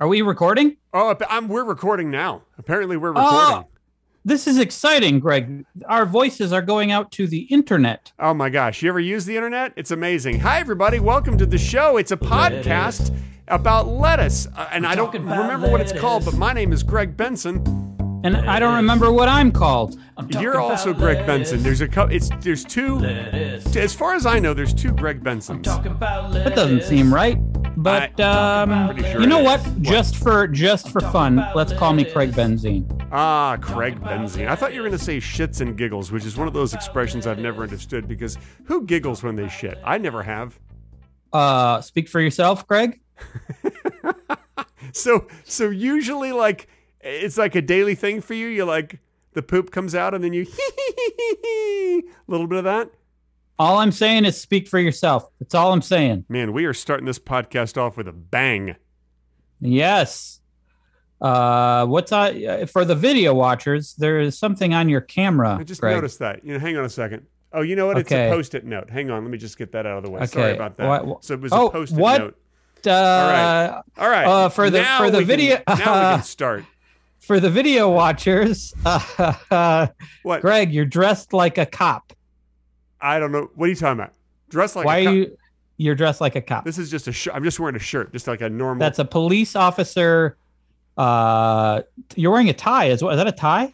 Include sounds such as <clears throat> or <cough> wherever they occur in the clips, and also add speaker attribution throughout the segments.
Speaker 1: Are we recording?
Speaker 2: Oh, I'm, we're recording now. Apparently, we're recording.
Speaker 1: Oh. This is exciting, Greg. Our voices are going out to the internet.
Speaker 2: Oh my gosh, you ever use the internet? It's amazing. Hi everybody, welcome to the show. It's a podcast about lettuce. Uh, and I don't
Speaker 3: talking about
Speaker 2: remember what it's called, but my name is Greg Benson.
Speaker 1: And I don't remember what I'm called.
Speaker 3: I'm
Speaker 2: You're also Greg Benson. There's a co- it's there's two t- as far as I know, there's two Greg Bensons.
Speaker 1: That doesn't seem right. But um,
Speaker 2: pretty sure
Speaker 1: you know
Speaker 2: it
Speaker 1: what?
Speaker 2: is.
Speaker 1: Just for just for fun, let's call me Craig Benzine.
Speaker 2: Ah, Craig Benzine. I thought you were going to say shits and giggles, which is one of those expressions I've never understood because who giggles when they shit? I never have.
Speaker 1: Uh, speak for yourself, Greg.
Speaker 2: So so usually like it's like a daily thing for you. You like the poop comes out and then you <laughs> a little bit of that.
Speaker 1: All I'm saying is speak for yourself. That's all I'm saying.
Speaker 2: Man, we are starting this podcast off with a bang.
Speaker 1: Yes. Uh, what's I for the video watchers? There is something on your camera.
Speaker 2: I just
Speaker 1: Greg.
Speaker 2: noticed that. You know, hang on a second. Oh, you know what? It's
Speaker 1: Okay.
Speaker 2: a post-it note. Hang on, let me just get that out of the way. Sorry
Speaker 1: Okay.
Speaker 2: about that.
Speaker 1: Why- wh-
Speaker 2: so it was
Speaker 1: Oh,
Speaker 2: a post-it
Speaker 1: what?
Speaker 2: note.
Speaker 1: Uh,
Speaker 2: right. All right.
Speaker 1: Uh, for the-
Speaker 2: Now
Speaker 1: for the
Speaker 2: we can-
Speaker 1: video-
Speaker 2: <laughs> now
Speaker 1: <laughs>
Speaker 2: we can start.
Speaker 1: for the video watchers, <laughs> uh,
Speaker 2: What?
Speaker 1: Greg, you're dressed like a cop.
Speaker 2: I don't know. What are you talking about? Dressed like
Speaker 1: Why
Speaker 2: a
Speaker 1: are
Speaker 2: cop.
Speaker 1: you? You're dressed like a cop.
Speaker 2: This is just a shirt. I'm just wearing a shirt, just like a normal.
Speaker 1: That's a police officer. Uh, you're wearing a tie as well. Is that a tie?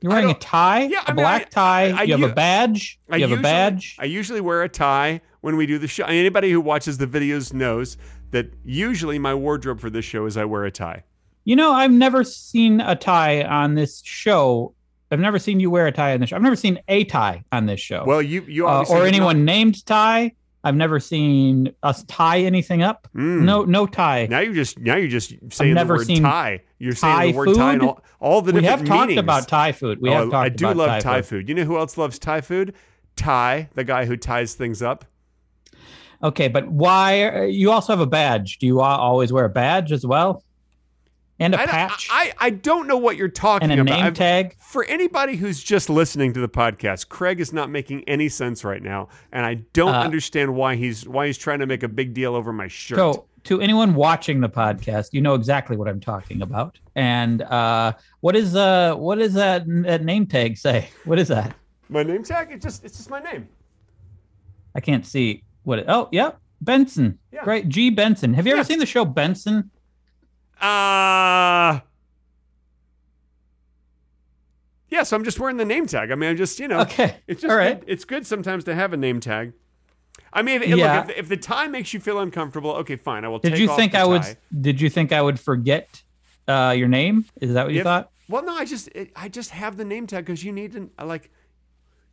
Speaker 1: You're
Speaker 2: I
Speaker 1: wearing a
Speaker 2: don't-
Speaker 1: tie,
Speaker 2: Yeah,
Speaker 1: a
Speaker 2: I mean,
Speaker 1: black
Speaker 2: I-
Speaker 1: tie.
Speaker 2: I- I
Speaker 1: you have
Speaker 2: u-
Speaker 1: a badge.
Speaker 2: I
Speaker 1: you have
Speaker 2: usually-
Speaker 1: a badge.
Speaker 2: I usually wear a tie when we do the show. Anybody who watches the videos knows that usually my wardrobe for this show is I wear a tie.
Speaker 1: You know, I've never seen a tie on this show. I've never seen you wear a tie on this show. I've never seen a tie on this show,
Speaker 2: Well, you you
Speaker 1: uh,
Speaker 2: obviously
Speaker 1: or
Speaker 2: did
Speaker 1: anyone named Ty. I've never seen us tie anything up.
Speaker 2: not- Mm.
Speaker 1: No, no tie.
Speaker 2: Now you're just now you're just saying the
Speaker 1: never
Speaker 2: word
Speaker 1: seen
Speaker 2: tie. You're saying
Speaker 1: Thai
Speaker 2: the word tie and
Speaker 1: food.
Speaker 2: all, all the
Speaker 1: we
Speaker 2: different
Speaker 1: have talked
Speaker 2: meanings.
Speaker 1: about Thai food. We
Speaker 2: Oh,
Speaker 1: have talked
Speaker 2: I do
Speaker 1: about
Speaker 2: love
Speaker 1: Thai, food.
Speaker 2: You know who else loves Thai food? Ty, the guy who ties things up.
Speaker 1: Okay, but why? You also have a badge. Do you al- always wear a badge as well? And a
Speaker 2: I, don't-
Speaker 1: patch
Speaker 2: I, I don't know what you're talking
Speaker 1: and a
Speaker 2: about.
Speaker 1: name
Speaker 2: I've-
Speaker 1: tag.
Speaker 2: for anybody who's just listening to the podcast, Craig is not making any sense right now, and I don't
Speaker 1: Uh,
Speaker 2: understand why he's why he's trying to make a big deal over my shirt.
Speaker 1: So, to anyone watching the podcast, you know exactly what I'm talking about. And uh, what is uh, what is that that name tag say? What is that?
Speaker 2: my name tag, it just it's just my name.
Speaker 1: I can't see what. It, oh, yeah, Benson.
Speaker 2: Yeah.
Speaker 1: Great, G Benson. Have you ever
Speaker 2: Yeah.
Speaker 1: seen the show Benson?
Speaker 2: Uh Yeah, so I'm just wearing the name tag. I mean, I'm just, you know,
Speaker 1: Okay,
Speaker 2: it's just
Speaker 1: all right.
Speaker 2: good. it's good sometimes to have a name tag. I mean, if, look,
Speaker 1: Yeah.
Speaker 2: if, the- if the tie makes you feel uncomfortable, okay, fine. I will
Speaker 1: Did
Speaker 2: take
Speaker 1: you
Speaker 2: off
Speaker 1: think
Speaker 2: the
Speaker 1: I would?
Speaker 2: tie.
Speaker 1: Did you think I would forget uh, your name? Is that what you
Speaker 2: If-
Speaker 1: thought?
Speaker 2: Well, no, I just it, I just have the name tag because you need to I like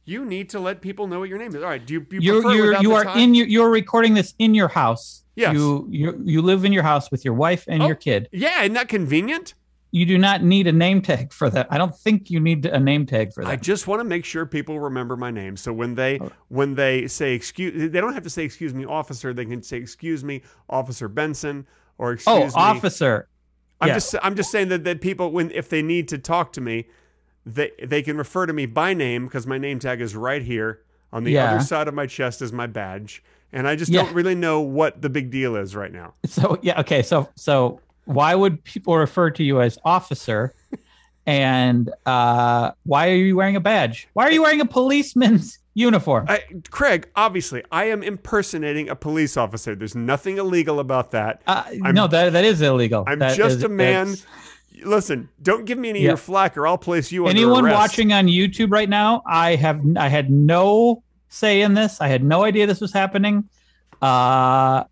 Speaker 2: you need to let people know what your name is. All right, do you, you
Speaker 1: you're
Speaker 2: prefer
Speaker 1: you're
Speaker 2: without
Speaker 1: you
Speaker 2: the
Speaker 1: are
Speaker 2: tie?
Speaker 1: in your you're recording this in your house.
Speaker 2: Yes.
Speaker 1: You you you live in your house with your wife and
Speaker 2: Oh.
Speaker 1: your kid.
Speaker 2: Yeah, isn't that convenient?
Speaker 1: You do not need a name tag for that. I don't think you need a name tag for
Speaker 2: I
Speaker 1: that.
Speaker 2: just want to make sure people remember my name. So when they
Speaker 1: Oh.
Speaker 2: when they say excuse, they don't have to say excuse me, officer. They can say excuse me, officer Benson, or excuse
Speaker 1: oh,
Speaker 2: me.
Speaker 1: officer.
Speaker 2: I'm
Speaker 1: yeah.
Speaker 2: just I'm just saying that, that people when if they need to talk to me, they they can refer to me by name because my name tag is right here on the
Speaker 1: Yeah.
Speaker 2: other side of my chest is my badge, and I just
Speaker 1: Yeah.
Speaker 2: don't really know what the big deal is right now.
Speaker 1: So yeah, okay. So so why would people refer to you as officer? And uh, why are you wearing a badge? Why are you wearing a policeman's <laughs> uniform?
Speaker 2: I, Craig, obviously, I am impersonating a police officer. There's nothing illegal about that.
Speaker 1: uh,
Speaker 2: I'm-
Speaker 1: no, that that is illegal.
Speaker 2: I'm
Speaker 1: That
Speaker 2: just
Speaker 1: is-
Speaker 2: a man.
Speaker 1: that's-
Speaker 2: Listen, don't give me any
Speaker 1: Yeah.
Speaker 2: of your flack, or I'll place you under
Speaker 1: anyone
Speaker 2: arrest.
Speaker 1: watching on YouTube right now, I have I had no say in this. I had no idea this was happening. Uh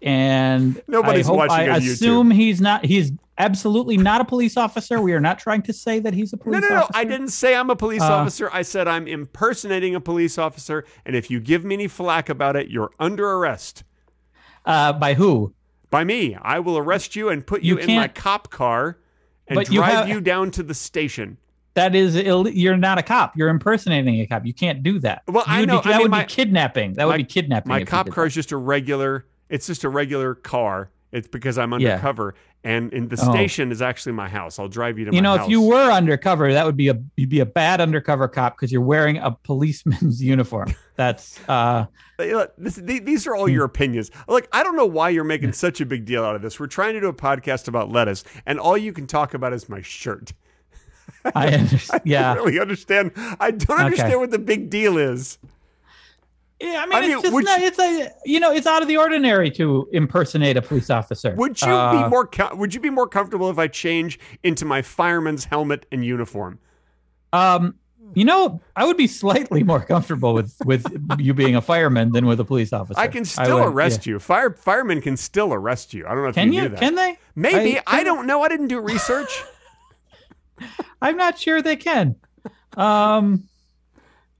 Speaker 1: and
Speaker 2: Nobody's
Speaker 1: I hope,
Speaker 2: watching
Speaker 1: I
Speaker 2: on YouTube.
Speaker 1: assume he's not he's absolutely not a police officer. We are not trying to say that he's a
Speaker 2: No,
Speaker 1: police
Speaker 2: no, no!
Speaker 1: officer.
Speaker 2: I didn't say I'm a police
Speaker 1: Uh,
Speaker 2: officer. I said I'm impersonating a police officer, and if you give me any flack about it, you're under arrest
Speaker 1: Uh by who?
Speaker 2: by me. I will arrest you and put you,
Speaker 1: You
Speaker 2: in my
Speaker 1: can't-
Speaker 2: cop car and
Speaker 1: But you
Speaker 2: drive you,
Speaker 1: have-
Speaker 2: down to the station.
Speaker 1: That is Ill- you're not a cop. You're impersonating a cop. You can't do that.
Speaker 2: Well, I
Speaker 1: You would
Speaker 2: know-
Speaker 1: Be,
Speaker 2: I
Speaker 1: that
Speaker 2: mean,
Speaker 1: would
Speaker 2: my-
Speaker 1: be kidnapping. That
Speaker 2: my-
Speaker 1: would be kidnapping.
Speaker 2: My
Speaker 1: if you
Speaker 2: cop
Speaker 1: did
Speaker 2: car is just a regular. It's just a regular car. It's because I'm
Speaker 1: Yeah.
Speaker 2: undercover, and in the
Speaker 1: Oh.
Speaker 2: station is actually my house. I'll drive you to
Speaker 1: You
Speaker 2: my
Speaker 1: know,
Speaker 2: house.
Speaker 1: if you were undercover, that would be a you'd be a bad undercover cop because you're wearing a policeman's <laughs> uniform. That's uh
Speaker 2: Hey, look, this- the- these are all
Speaker 1: Hmm.
Speaker 2: your opinions. Like, I don't know why
Speaker 1: <laughs>
Speaker 2: you're making such a big deal out of this. We're trying to do a podcast about lettuce, and all you can talk about is my shirt. <laughs>
Speaker 1: I understand.
Speaker 2: I
Speaker 1: Yeah.
Speaker 2: don't really understand. I don't
Speaker 1: Okay.
Speaker 2: understand what the big deal is.
Speaker 1: Yeah, I mean,
Speaker 2: I mean,
Speaker 1: it's just
Speaker 2: would
Speaker 1: not, it's a you know, it's out of the ordinary to impersonate a police officer.
Speaker 2: Would you
Speaker 1: Uh,
Speaker 2: be more co- Would you be more comfortable if I change into my fireman's helmet and uniform?
Speaker 1: Um, you know, I would be slightly more comfortable with with you being a fireman than with a police officer.
Speaker 2: I can still
Speaker 1: would-
Speaker 2: arrest you. Fire firemen can still arrest you. I don't know if
Speaker 1: yeah. Can
Speaker 2: you
Speaker 1: you?
Speaker 2: knew that.
Speaker 1: Can they?
Speaker 2: Maybe
Speaker 1: I-
Speaker 2: I, don't know. I didn't do
Speaker 1: <laughs>
Speaker 2: research.
Speaker 1: I'm not sure they can. Um,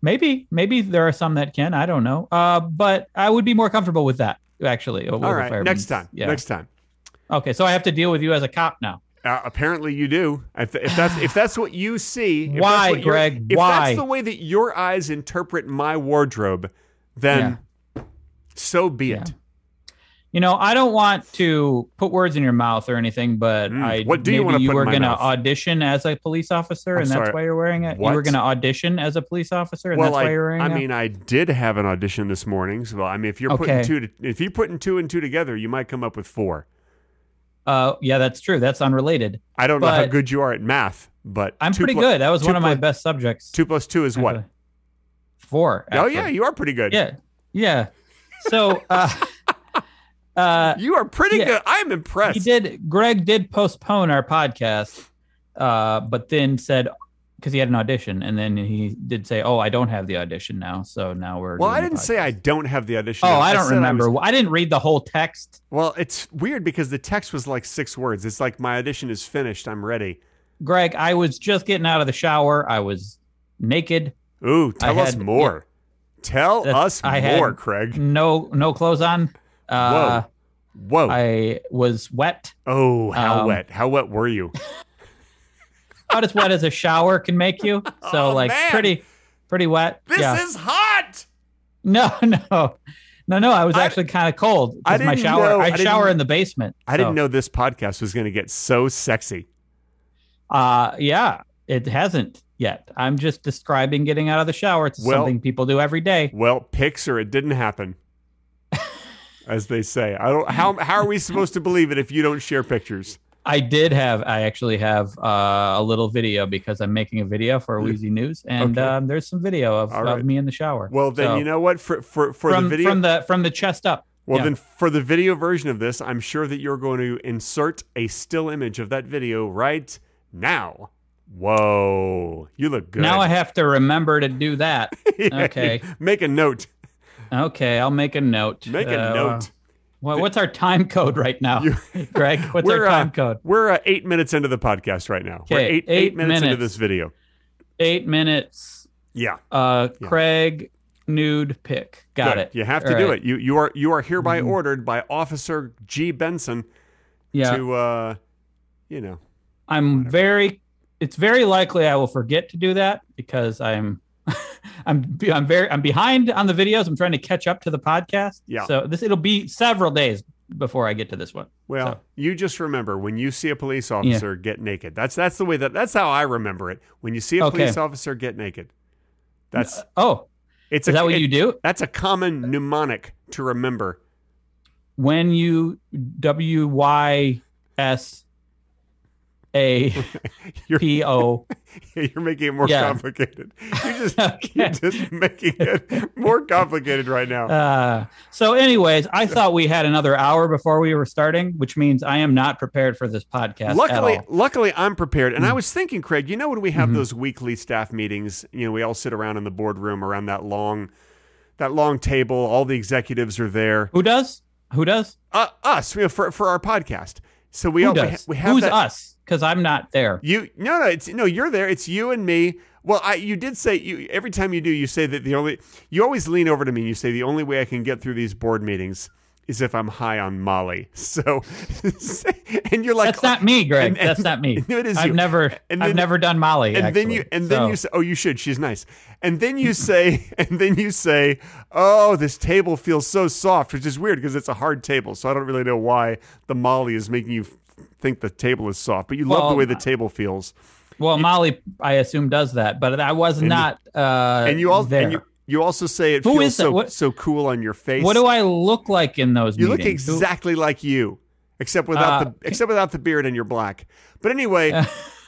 Speaker 1: maybe maybe there are some that can. I don't know. Uh, but I would be more comfortable with that actually. with
Speaker 2: all
Speaker 1: a
Speaker 2: right,
Speaker 1: fireman.
Speaker 2: next time.
Speaker 1: Yeah.
Speaker 2: Next time.
Speaker 1: okay, so I have to deal with you as a cop now.
Speaker 2: Uh, apparently you do. If, if that's if that's what you see, if
Speaker 1: Why,
Speaker 2: that's what your-
Speaker 1: Greg?
Speaker 2: If
Speaker 1: Why?
Speaker 2: that's the way that your eyes interpret my wardrobe, then so be
Speaker 1: Yeah.
Speaker 2: it.
Speaker 1: You know, I don't want to put words in your mouth or anything, but
Speaker 2: Mm,
Speaker 1: I
Speaker 2: what do you
Speaker 1: maybe
Speaker 2: wanna
Speaker 1: you
Speaker 2: put in
Speaker 1: were
Speaker 2: my
Speaker 1: gonna
Speaker 2: mouth?
Speaker 1: audition as a police officer,
Speaker 2: I'm
Speaker 1: and that's
Speaker 2: sorry,
Speaker 1: why you're wearing it. You were
Speaker 2: what?
Speaker 1: gonna audition as a police officer, and
Speaker 2: Well,
Speaker 1: that's why
Speaker 2: I,
Speaker 1: you're wearing
Speaker 2: I
Speaker 1: it.
Speaker 2: mean, I did have an audition this morning. So, I mean, if you're putting
Speaker 1: Okay.
Speaker 2: two, to, if you're putting two and two together, you might come up with four.
Speaker 1: Uh, yeah, that's true. That's unrelated.
Speaker 2: I don't know how
Speaker 1: But-
Speaker 2: good you are at math, but
Speaker 1: I'm
Speaker 2: two
Speaker 1: pretty
Speaker 2: plu-
Speaker 1: good. That was
Speaker 2: two
Speaker 1: one of my
Speaker 2: plu-
Speaker 1: best subjects.
Speaker 2: Two plus two is what?
Speaker 1: actually. Four.
Speaker 2: Oh
Speaker 1: actually.
Speaker 2: yeah, you are pretty good.
Speaker 1: Yeah. Yeah. So, uh, <laughs> uh,
Speaker 2: You are pretty
Speaker 1: Yeah.
Speaker 2: good. I'm impressed.
Speaker 1: he did, Greg did postpone our podcast, uh, but then said, because he had an audition, and then he did say, "Oh, I don't have the audition now, so now we're."
Speaker 2: Well,
Speaker 1: doing
Speaker 2: I
Speaker 1: the
Speaker 2: didn't say I
Speaker 1: podcast."
Speaker 2: don't have the audition.
Speaker 1: Oh,
Speaker 2: I
Speaker 1: I don't
Speaker 2: said was-
Speaker 1: remember. I didn't read the whole text.
Speaker 2: Well, it's weird because the text was like six words. It's like my audition is finished. I'm ready.
Speaker 1: Greg, I was just getting out of the shower. I was naked,
Speaker 2: Ooh, tell us
Speaker 1: had-
Speaker 2: more. Tell
Speaker 1: That's-
Speaker 2: us
Speaker 1: I had-
Speaker 2: more, Craig.
Speaker 1: no no clothes on. Uh,
Speaker 2: Whoa.
Speaker 1: I was wet,
Speaker 2: oh, how
Speaker 1: um,
Speaker 2: wet. How wet were you?
Speaker 1: about as wet as a shower can make
Speaker 2: <laughs>
Speaker 1: you. So
Speaker 2: Oh,
Speaker 1: like
Speaker 2: man.
Speaker 1: pretty pretty wet.
Speaker 2: This
Speaker 1: yeah.
Speaker 2: is hot.
Speaker 1: No, <laughs> no, no, no. I was
Speaker 2: I-
Speaker 1: actually kind of cold
Speaker 2: I
Speaker 1: because my
Speaker 2: didn't
Speaker 1: shower.
Speaker 2: know- I
Speaker 1: I,
Speaker 2: didn't-
Speaker 1: shower in the basement.
Speaker 2: I didn't
Speaker 1: so,
Speaker 2: know this podcast was going to get so sexy.
Speaker 1: Uh, yeah, it hasn't yet. I'm just describing getting out of the shower. It's
Speaker 2: Well-
Speaker 1: something people do every day.
Speaker 2: Well, pics or it
Speaker 1: <laughs>
Speaker 2: didn't happen. As they say, I don't. How how are we supposed to believe it if you don't share pictures?
Speaker 1: I did have. I actually have uh, a little video because I'm making a video for
Speaker 2: Yeah.
Speaker 1: Wheezy News, and
Speaker 2: Mm. Okay.
Speaker 1: um, there's some video of,
Speaker 2: All right.
Speaker 1: of me in the shower.
Speaker 2: Well, then
Speaker 1: So,
Speaker 2: you know what for for for
Speaker 1: from
Speaker 2: the video
Speaker 1: from the from the chest up.
Speaker 2: Well,
Speaker 1: Yeah.
Speaker 2: then, for the video version of this, I'm sure that you're going to insert a still image of that video right now. Whoa, you look good. <laughs>
Speaker 1: Now I have to remember to do that.
Speaker 2: Yeah,
Speaker 1: okay.
Speaker 2: Make a note.
Speaker 1: Okay, I'll make a note.
Speaker 2: Make a
Speaker 1: Uh,
Speaker 2: note.
Speaker 1: Well, what's our time code right now,
Speaker 2: <laughs>
Speaker 1: Greg? What's our
Speaker 2: We're, uh,
Speaker 1: time code?
Speaker 2: We're uh, eight minutes into the podcast right now. We're
Speaker 1: Okay,
Speaker 2: eight,
Speaker 1: eight
Speaker 2: minutes, into
Speaker 1: minutes.
Speaker 2: this video.
Speaker 1: Eight minutes.
Speaker 2: Yeah,
Speaker 1: Uh,
Speaker 2: Yeah.
Speaker 1: Craig nude pick. Got
Speaker 2: good.
Speaker 1: it.
Speaker 2: You have to
Speaker 1: All
Speaker 2: do
Speaker 1: right.
Speaker 2: it. You you are you are hereby
Speaker 1: Mhm.
Speaker 2: ordered by Officer G Benson
Speaker 1: Yeah,
Speaker 2: to, uh, you know,
Speaker 1: I'm
Speaker 2: whatever.
Speaker 1: very. It's very likely I will forget to do that because I'm. <laughs> I'm I'm very I'm behind on the videos. I'm trying to catch up to the podcast.
Speaker 2: Yeah.
Speaker 1: So this it'll be several days before I get to this one.
Speaker 2: Well,
Speaker 1: So-
Speaker 2: you just remember when you see a police officer get naked. That's that's the way that that's how I remember it. When you see a
Speaker 1: Okay.
Speaker 2: police officer get naked, that's
Speaker 1: Oh,
Speaker 2: it's
Speaker 1: is
Speaker 2: a,
Speaker 1: that what
Speaker 2: it-
Speaker 1: you do
Speaker 2: that's a common mnemonic to remember. <laughs>
Speaker 1: when you W Y S A
Speaker 2: <laughs> You're
Speaker 1: P O?
Speaker 2: you're making it more
Speaker 1: Yeah.
Speaker 2: complicated. <laughs> You're just
Speaker 1: <laughs>
Speaker 2: you're
Speaker 1: Okay.
Speaker 2: just making it more complicated right now.
Speaker 1: Uh, so, anyways, I thought we had another hour before we were starting, which means I am not prepared for this podcast.
Speaker 2: Luckily,
Speaker 1: at all.
Speaker 2: luckily, I'm prepared. And I
Speaker 1: Mhm.
Speaker 2: was thinking, Craig, you know, when we have
Speaker 1: Mhm.
Speaker 2: those weekly staff meetings, you know, we all sit around in the boardroom around that long, that long table. All the executives are there.
Speaker 1: who does? Who does?
Speaker 2: uh, us you know, for for our podcast. So we
Speaker 1: who
Speaker 2: all we, ha-
Speaker 1: does?
Speaker 2: we have
Speaker 1: Who's
Speaker 2: that.
Speaker 1: us? Because I'm not there.
Speaker 2: You no no it's no you're there. It's you and me. Well, I you did say you every time you do you say that the only you always lean over to me. and You say the only way I can get through these board meetings is if I'm high on Molly. <laughs> So and you're like
Speaker 1: That's not me, Greg.
Speaker 2: and- and-
Speaker 1: That's not me.
Speaker 2: no, <laughs> it is
Speaker 1: I've
Speaker 2: you.
Speaker 1: never,
Speaker 2: and
Speaker 1: I've
Speaker 2: then-
Speaker 1: never done Molly.
Speaker 2: and then
Speaker 1: actually.
Speaker 2: you and
Speaker 1: So,
Speaker 2: then you say oh you should she's nice and then you say <laughs> and then you say oh this table feels so soft which is weird because it's a hard table so i don't really know why the molly is making you f- think the table is soft, but you love the
Speaker 1: Well, uh,
Speaker 2: way the table feels.
Speaker 1: Well, Molly, I assume does that, but I was
Speaker 2: And you-
Speaker 1: not. uh,
Speaker 2: and you all
Speaker 1: there.
Speaker 2: and you, you also say it
Speaker 1: Who
Speaker 2: feels
Speaker 1: is that?
Speaker 2: so
Speaker 1: What-
Speaker 2: so cool on your face.
Speaker 1: what do I look like in those
Speaker 2: you look
Speaker 1: meetings? Who-
Speaker 2: exactly like you, except without
Speaker 1: Uh,
Speaker 2: the except without the beard and you're black. But
Speaker 1: <laughs>
Speaker 2: anyway,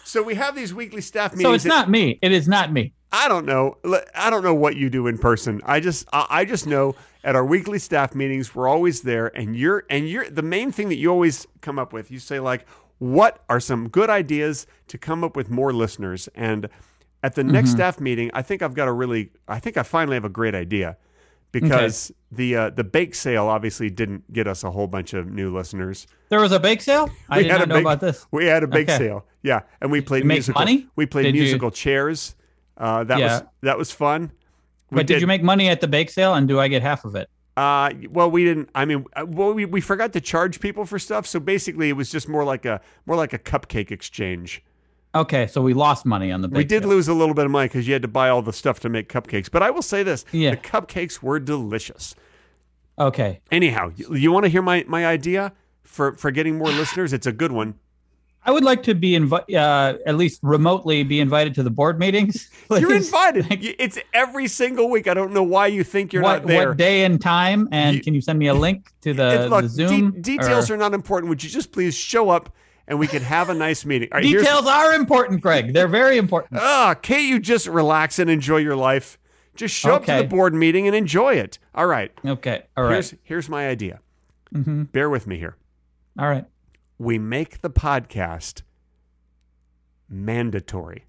Speaker 2: so we have these weekly staff meetings.
Speaker 1: so it's
Speaker 2: that-
Speaker 1: not me. It is not me.
Speaker 2: I don't know. L- I don't know what you do in person. I just I, I just know at our weekly staff meetings we're always there, and you're and you're the main thing that you always come up with. You say like, what are some good ideas to come up with more listeners? And at the next staff meeting, I think I've got a really I think I finally have a great idea because the uh, the bake sale obviously didn't get us a whole bunch of new listeners.
Speaker 1: There was a bake sale. I
Speaker 2: We
Speaker 1: did
Speaker 2: had
Speaker 1: not
Speaker 2: a
Speaker 1: know
Speaker 2: bake-
Speaker 1: about this.
Speaker 2: We had a bake
Speaker 1: Okay.
Speaker 2: sale, yeah, and we played
Speaker 1: you make
Speaker 2: musical.
Speaker 1: money?
Speaker 2: We played
Speaker 1: Did you-
Speaker 2: musical chairs. Uh, that
Speaker 1: Yeah.
Speaker 2: was that was fun. We
Speaker 1: But did you make money at the bake sale, and do I get half of it?
Speaker 2: Uh, well, we didn't. I mean, uh, well, we, we forgot to charge people for stuff, so basically, it was just more like a more like a cupcake exchange.
Speaker 1: Okay, so we lost money on the bake.
Speaker 2: we did
Speaker 1: sale.
Speaker 2: lose a little bit of money because you had to buy all the stuff to make cupcakes. But I will say this:
Speaker 1: Yeah.
Speaker 2: the cupcakes were delicious.
Speaker 1: Okay,
Speaker 2: Anyhow, you, want to hear my my idea for for getting more listeners? It's a good one.
Speaker 1: I would like to be invited, uh, at least remotely, be invited to the board meetings.
Speaker 2: <laughs>
Speaker 1: <laughs>
Speaker 2: You're
Speaker 1: please.
Speaker 2: invited. You- It's every single week. I don't know why you think you're
Speaker 1: what,
Speaker 2: not there.
Speaker 1: what day and time? And
Speaker 2: You-
Speaker 1: can you send me a link to the,
Speaker 2: It- look,
Speaker 1: Uh, the
Speaker 2: de-
Speaker 1: Zoom?
Speaker 2: details
Speaker 1: or-
Speaker 2: are not important. Would you just please show up and we could have a nice meeting? All right, here's-
Speaker 1: details are important, Greg. They're very
Speaker 2: <laughs>
Speaker 1: important.
Speaker 2: Ah, can't you just relax and enjoy your life? Just show up to
Speaker 1: Okay.
Speaker 2: the board meeting and enjoy it. All right.
Speaker 1: Okay, all right,
Speaker 2: Here's here's my idea.
Speaker 1: Mhm.
Speaker 2: Bear with me here.
Speaker 1: all right.
Speaker 2: We make the podcast mandatory.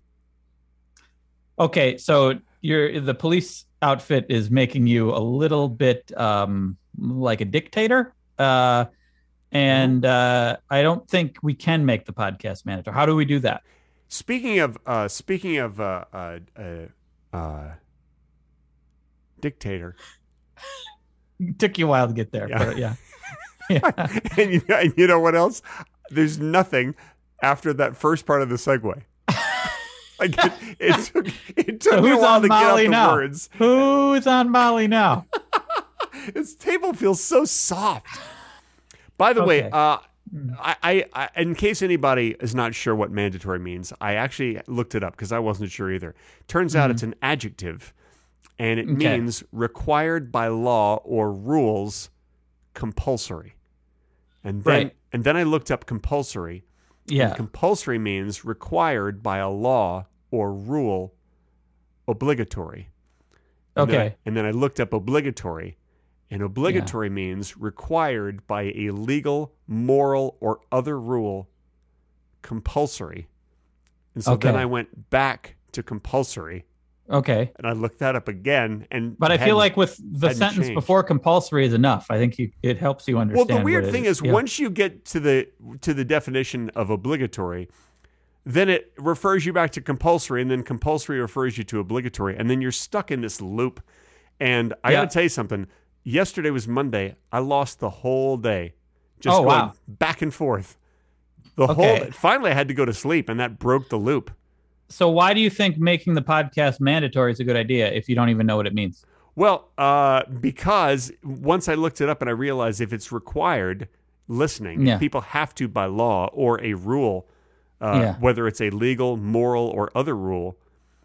Speaker 1: Okay, so you're the police outfit is making you a little bit um, like a dictator, uh,
Speaker 2: Mm-hmm.
Speaker 1: and uh, I don't think we can make the podcast manager. How do we do that?
Speaker 2: Speaking of uh, speaking of uh, uh, uh, uh, dictator,
Speaker 1: took you a while to get there,
Speaker 2: Yeah.
Speaker 1: but yeah. yeah.
Speaker 2: <laughs> and you, and you know what else? There's nothing after that first part of
Speaker 1: <laughs>
Speaker 2: the segue. like it, it took it took
Speaker 1: So
Speaker 2: me a
Speaker 1: who's
Speaker 2: while
Speaker 1: on
Speaker 2: to get out
Speaker 1: Molly
Speaker 2: the
Speaker 1: now?
Speaker 2: words.
Speaker 1: Who's on Molly now?
Speaker 2: <laughs> This table feels so soft. By the way,
Speaker 1: Okay.
Speaker 2: uh, I, I, I, in case anybody is not sure what mandatory means, I actually looked it up because I wasn't sure either. Turns out it's an adjective, and it
Speaker 1: Mm-hmm. Okay.
Speaker 2: means required by law or rules, compulsory. And then,
Speaker 1: Right.
Speaker 2: and then I looked up compulsory.
Speaker 1: <laughs>
Speaker 2: and
Speaker 1: Yeah.
Speaker 2: compulsory means required by a law or rule, obligatory. And then I-
Speaker 1: Okay.
Speaker 2: and then I looked up obligatory, and obligatory means required by a legal, moral, or other rule, compulsory. And so then
Speaker 1: Okay.
Speaker 2: I went back to compulsory
Speaker 1: Okay.
Speaker 2: and I looked that up again. And
Speaker 1: But I
Speaker 2: it
Speaker 1: feel
Speaker 2: hadn't-
Speaker 1: like with the
Speaker 2: hadn't
Speaker 1: sentence
Speaker 2: changed.
Speaker 1: before compulsory is enough. I think you, it helps you
Speaker 2: well,
Speaker 1: understand.
Speaker 2: the
Speaker 1: what
Speaker 2: weird
Speaker 1: it
Speaker 2: thing is
Speaker 1: Yeah.
Speaker 2: once you get to the to the definition of obligatory, then it refers you back to compulsory, and then compulsory refers you to obligatory, and then you're stuck in this loop. And I
Speaker 1: Yeah.
Speaker 2: got to tell you something. Yesterday was Monday. I lost the whole day, just
Speaker 1: Oh,
Speaker 2: going
Speaker 1: wow.
Speaker 2: back and forth. The
Speaker 1: Okay.
Speaker 2: whole. Finally, I had to go to sleep, and that broke the loop.
Speaker 1: So why do you think making the podcast mandatory is a good idea if you don't even know what it means?
Speaker 2: Well, uh, because once I looked it up and I realized if it's required listening, if
Speaker 1: Yeah.
Speaker 2: people have to by law or a rule, uh,
Speaker 1: Yeah.
Speaker 2: whether it's a legal, moral, or other rule,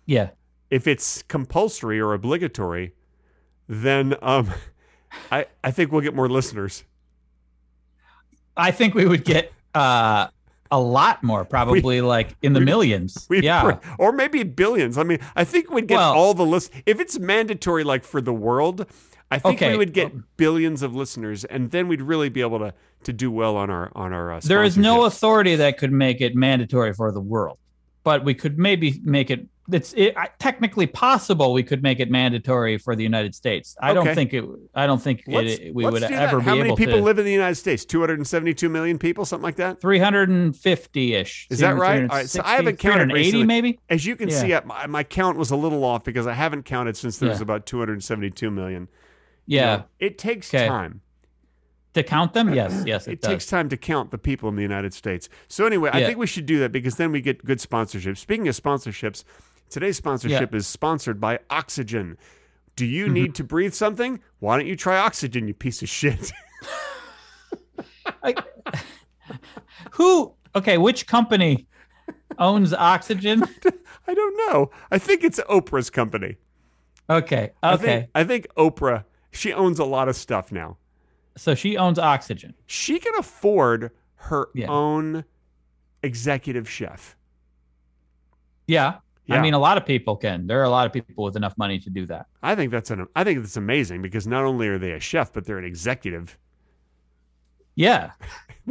Speaker 1: Yeah.
Speaker 2: if it's compulsory or obligatory, then um, <laughs> I, I think we'll get more listeners. <laughs>
Speaker 1: I think we would get uh, a lot more, probably like in the
Speaker 2: we-
Speaker 1: millions.
Speaker 2: We-
Speaker 1: yeah.
Speaker 2: Or maybe billions. I mean, I think we'd get
Speaker 1: Well-
Speaker 2: all the list. If it's mandatory, like for the world, I think we
Speaker 1: Okay.
Speaker 2: would get billions of listeners, and then we'd really be able to to do well on our on our. Uh,
Speaker 1: there is no
Speaker 2: sponsorships.
Speaker 1: authority that could make it mandatory for the world but we could maybe make it it's it, I- technically possible we could make it mandatory for the united states i
Speaker 2: Okay.
Speaker 1: don't think it i don't think
Speaker 2: Let's-
Speaker 1: it, we
Speaker 2: let's
Speaker 1: would
Speaker 2: do that.
Speaker 1: ever be
Speaker 2: How many
Speaker 1: able
Speaker 2: people
Speaker 1: to
Speaker 2: live in the United States? 272 million people, something like that.
Speaker 1: 350-ish
Speaker 2: Is that right? All right, so I haven't counted
Speaker 1: 380
Speaker 2: recently.
Speaker 1: maybe
Speaker 2: As you can
Speaker 1: Yeah.
Speaker 2: see, uh, my, my count was a little off because I haven't counted since there was
Speaker 1: Yeah.
Speaker 2: about 272 million. You
Speaker 1: yeah
Speaker 2: know, it takes
Speaker 1: 'Kay.
Speaker 2: time.
Speaker 1: to count them
Speaker 2: <clears throat>
Speaker 1: yes yes
Speaker 2: It,
Speaker 1: it, does
Speaker 2: takes time to count the people in the United States. So anyway, I
Speaker 1: Yeah.
Speaker 2: think we should do that because then we get good sponsorships. Speaking of sponsorships, today's sponsorship is sponsored by Oxygen. Do you
Speaker 1: Mm-hmm.
Speaker 2: need to breathe something? Why don't you try Oxygen, you piece of shit?
Speaker 1: Who? Okay, which company owns
Speaker 2: <laughs>
Speaker 1: oxygen?
Speaker 2: <laughs> I don't know. I think it's Oprah's company.
Speaker 1: Okay,
Speaker 2: I
Speaker 1: okay.
Speaker 2: think, I think Oprah, she owns a lot of stuff now.
Speaker 1: So she owns oxygen.
Speaker 2: She can afford her
Speaker 1: Yeah.
Speaker 2: own executive chef.
Speaker 1: Yeah.
Speaker 2: Yeah.
Speaker 1: I mean, a lot of people can. There are a lot of people with enough money to do that.
Speaker 2: I think that's an I think that's amazing because not only are they a chef, but they're an executive. <laughs>
Speaker 1: Yeah.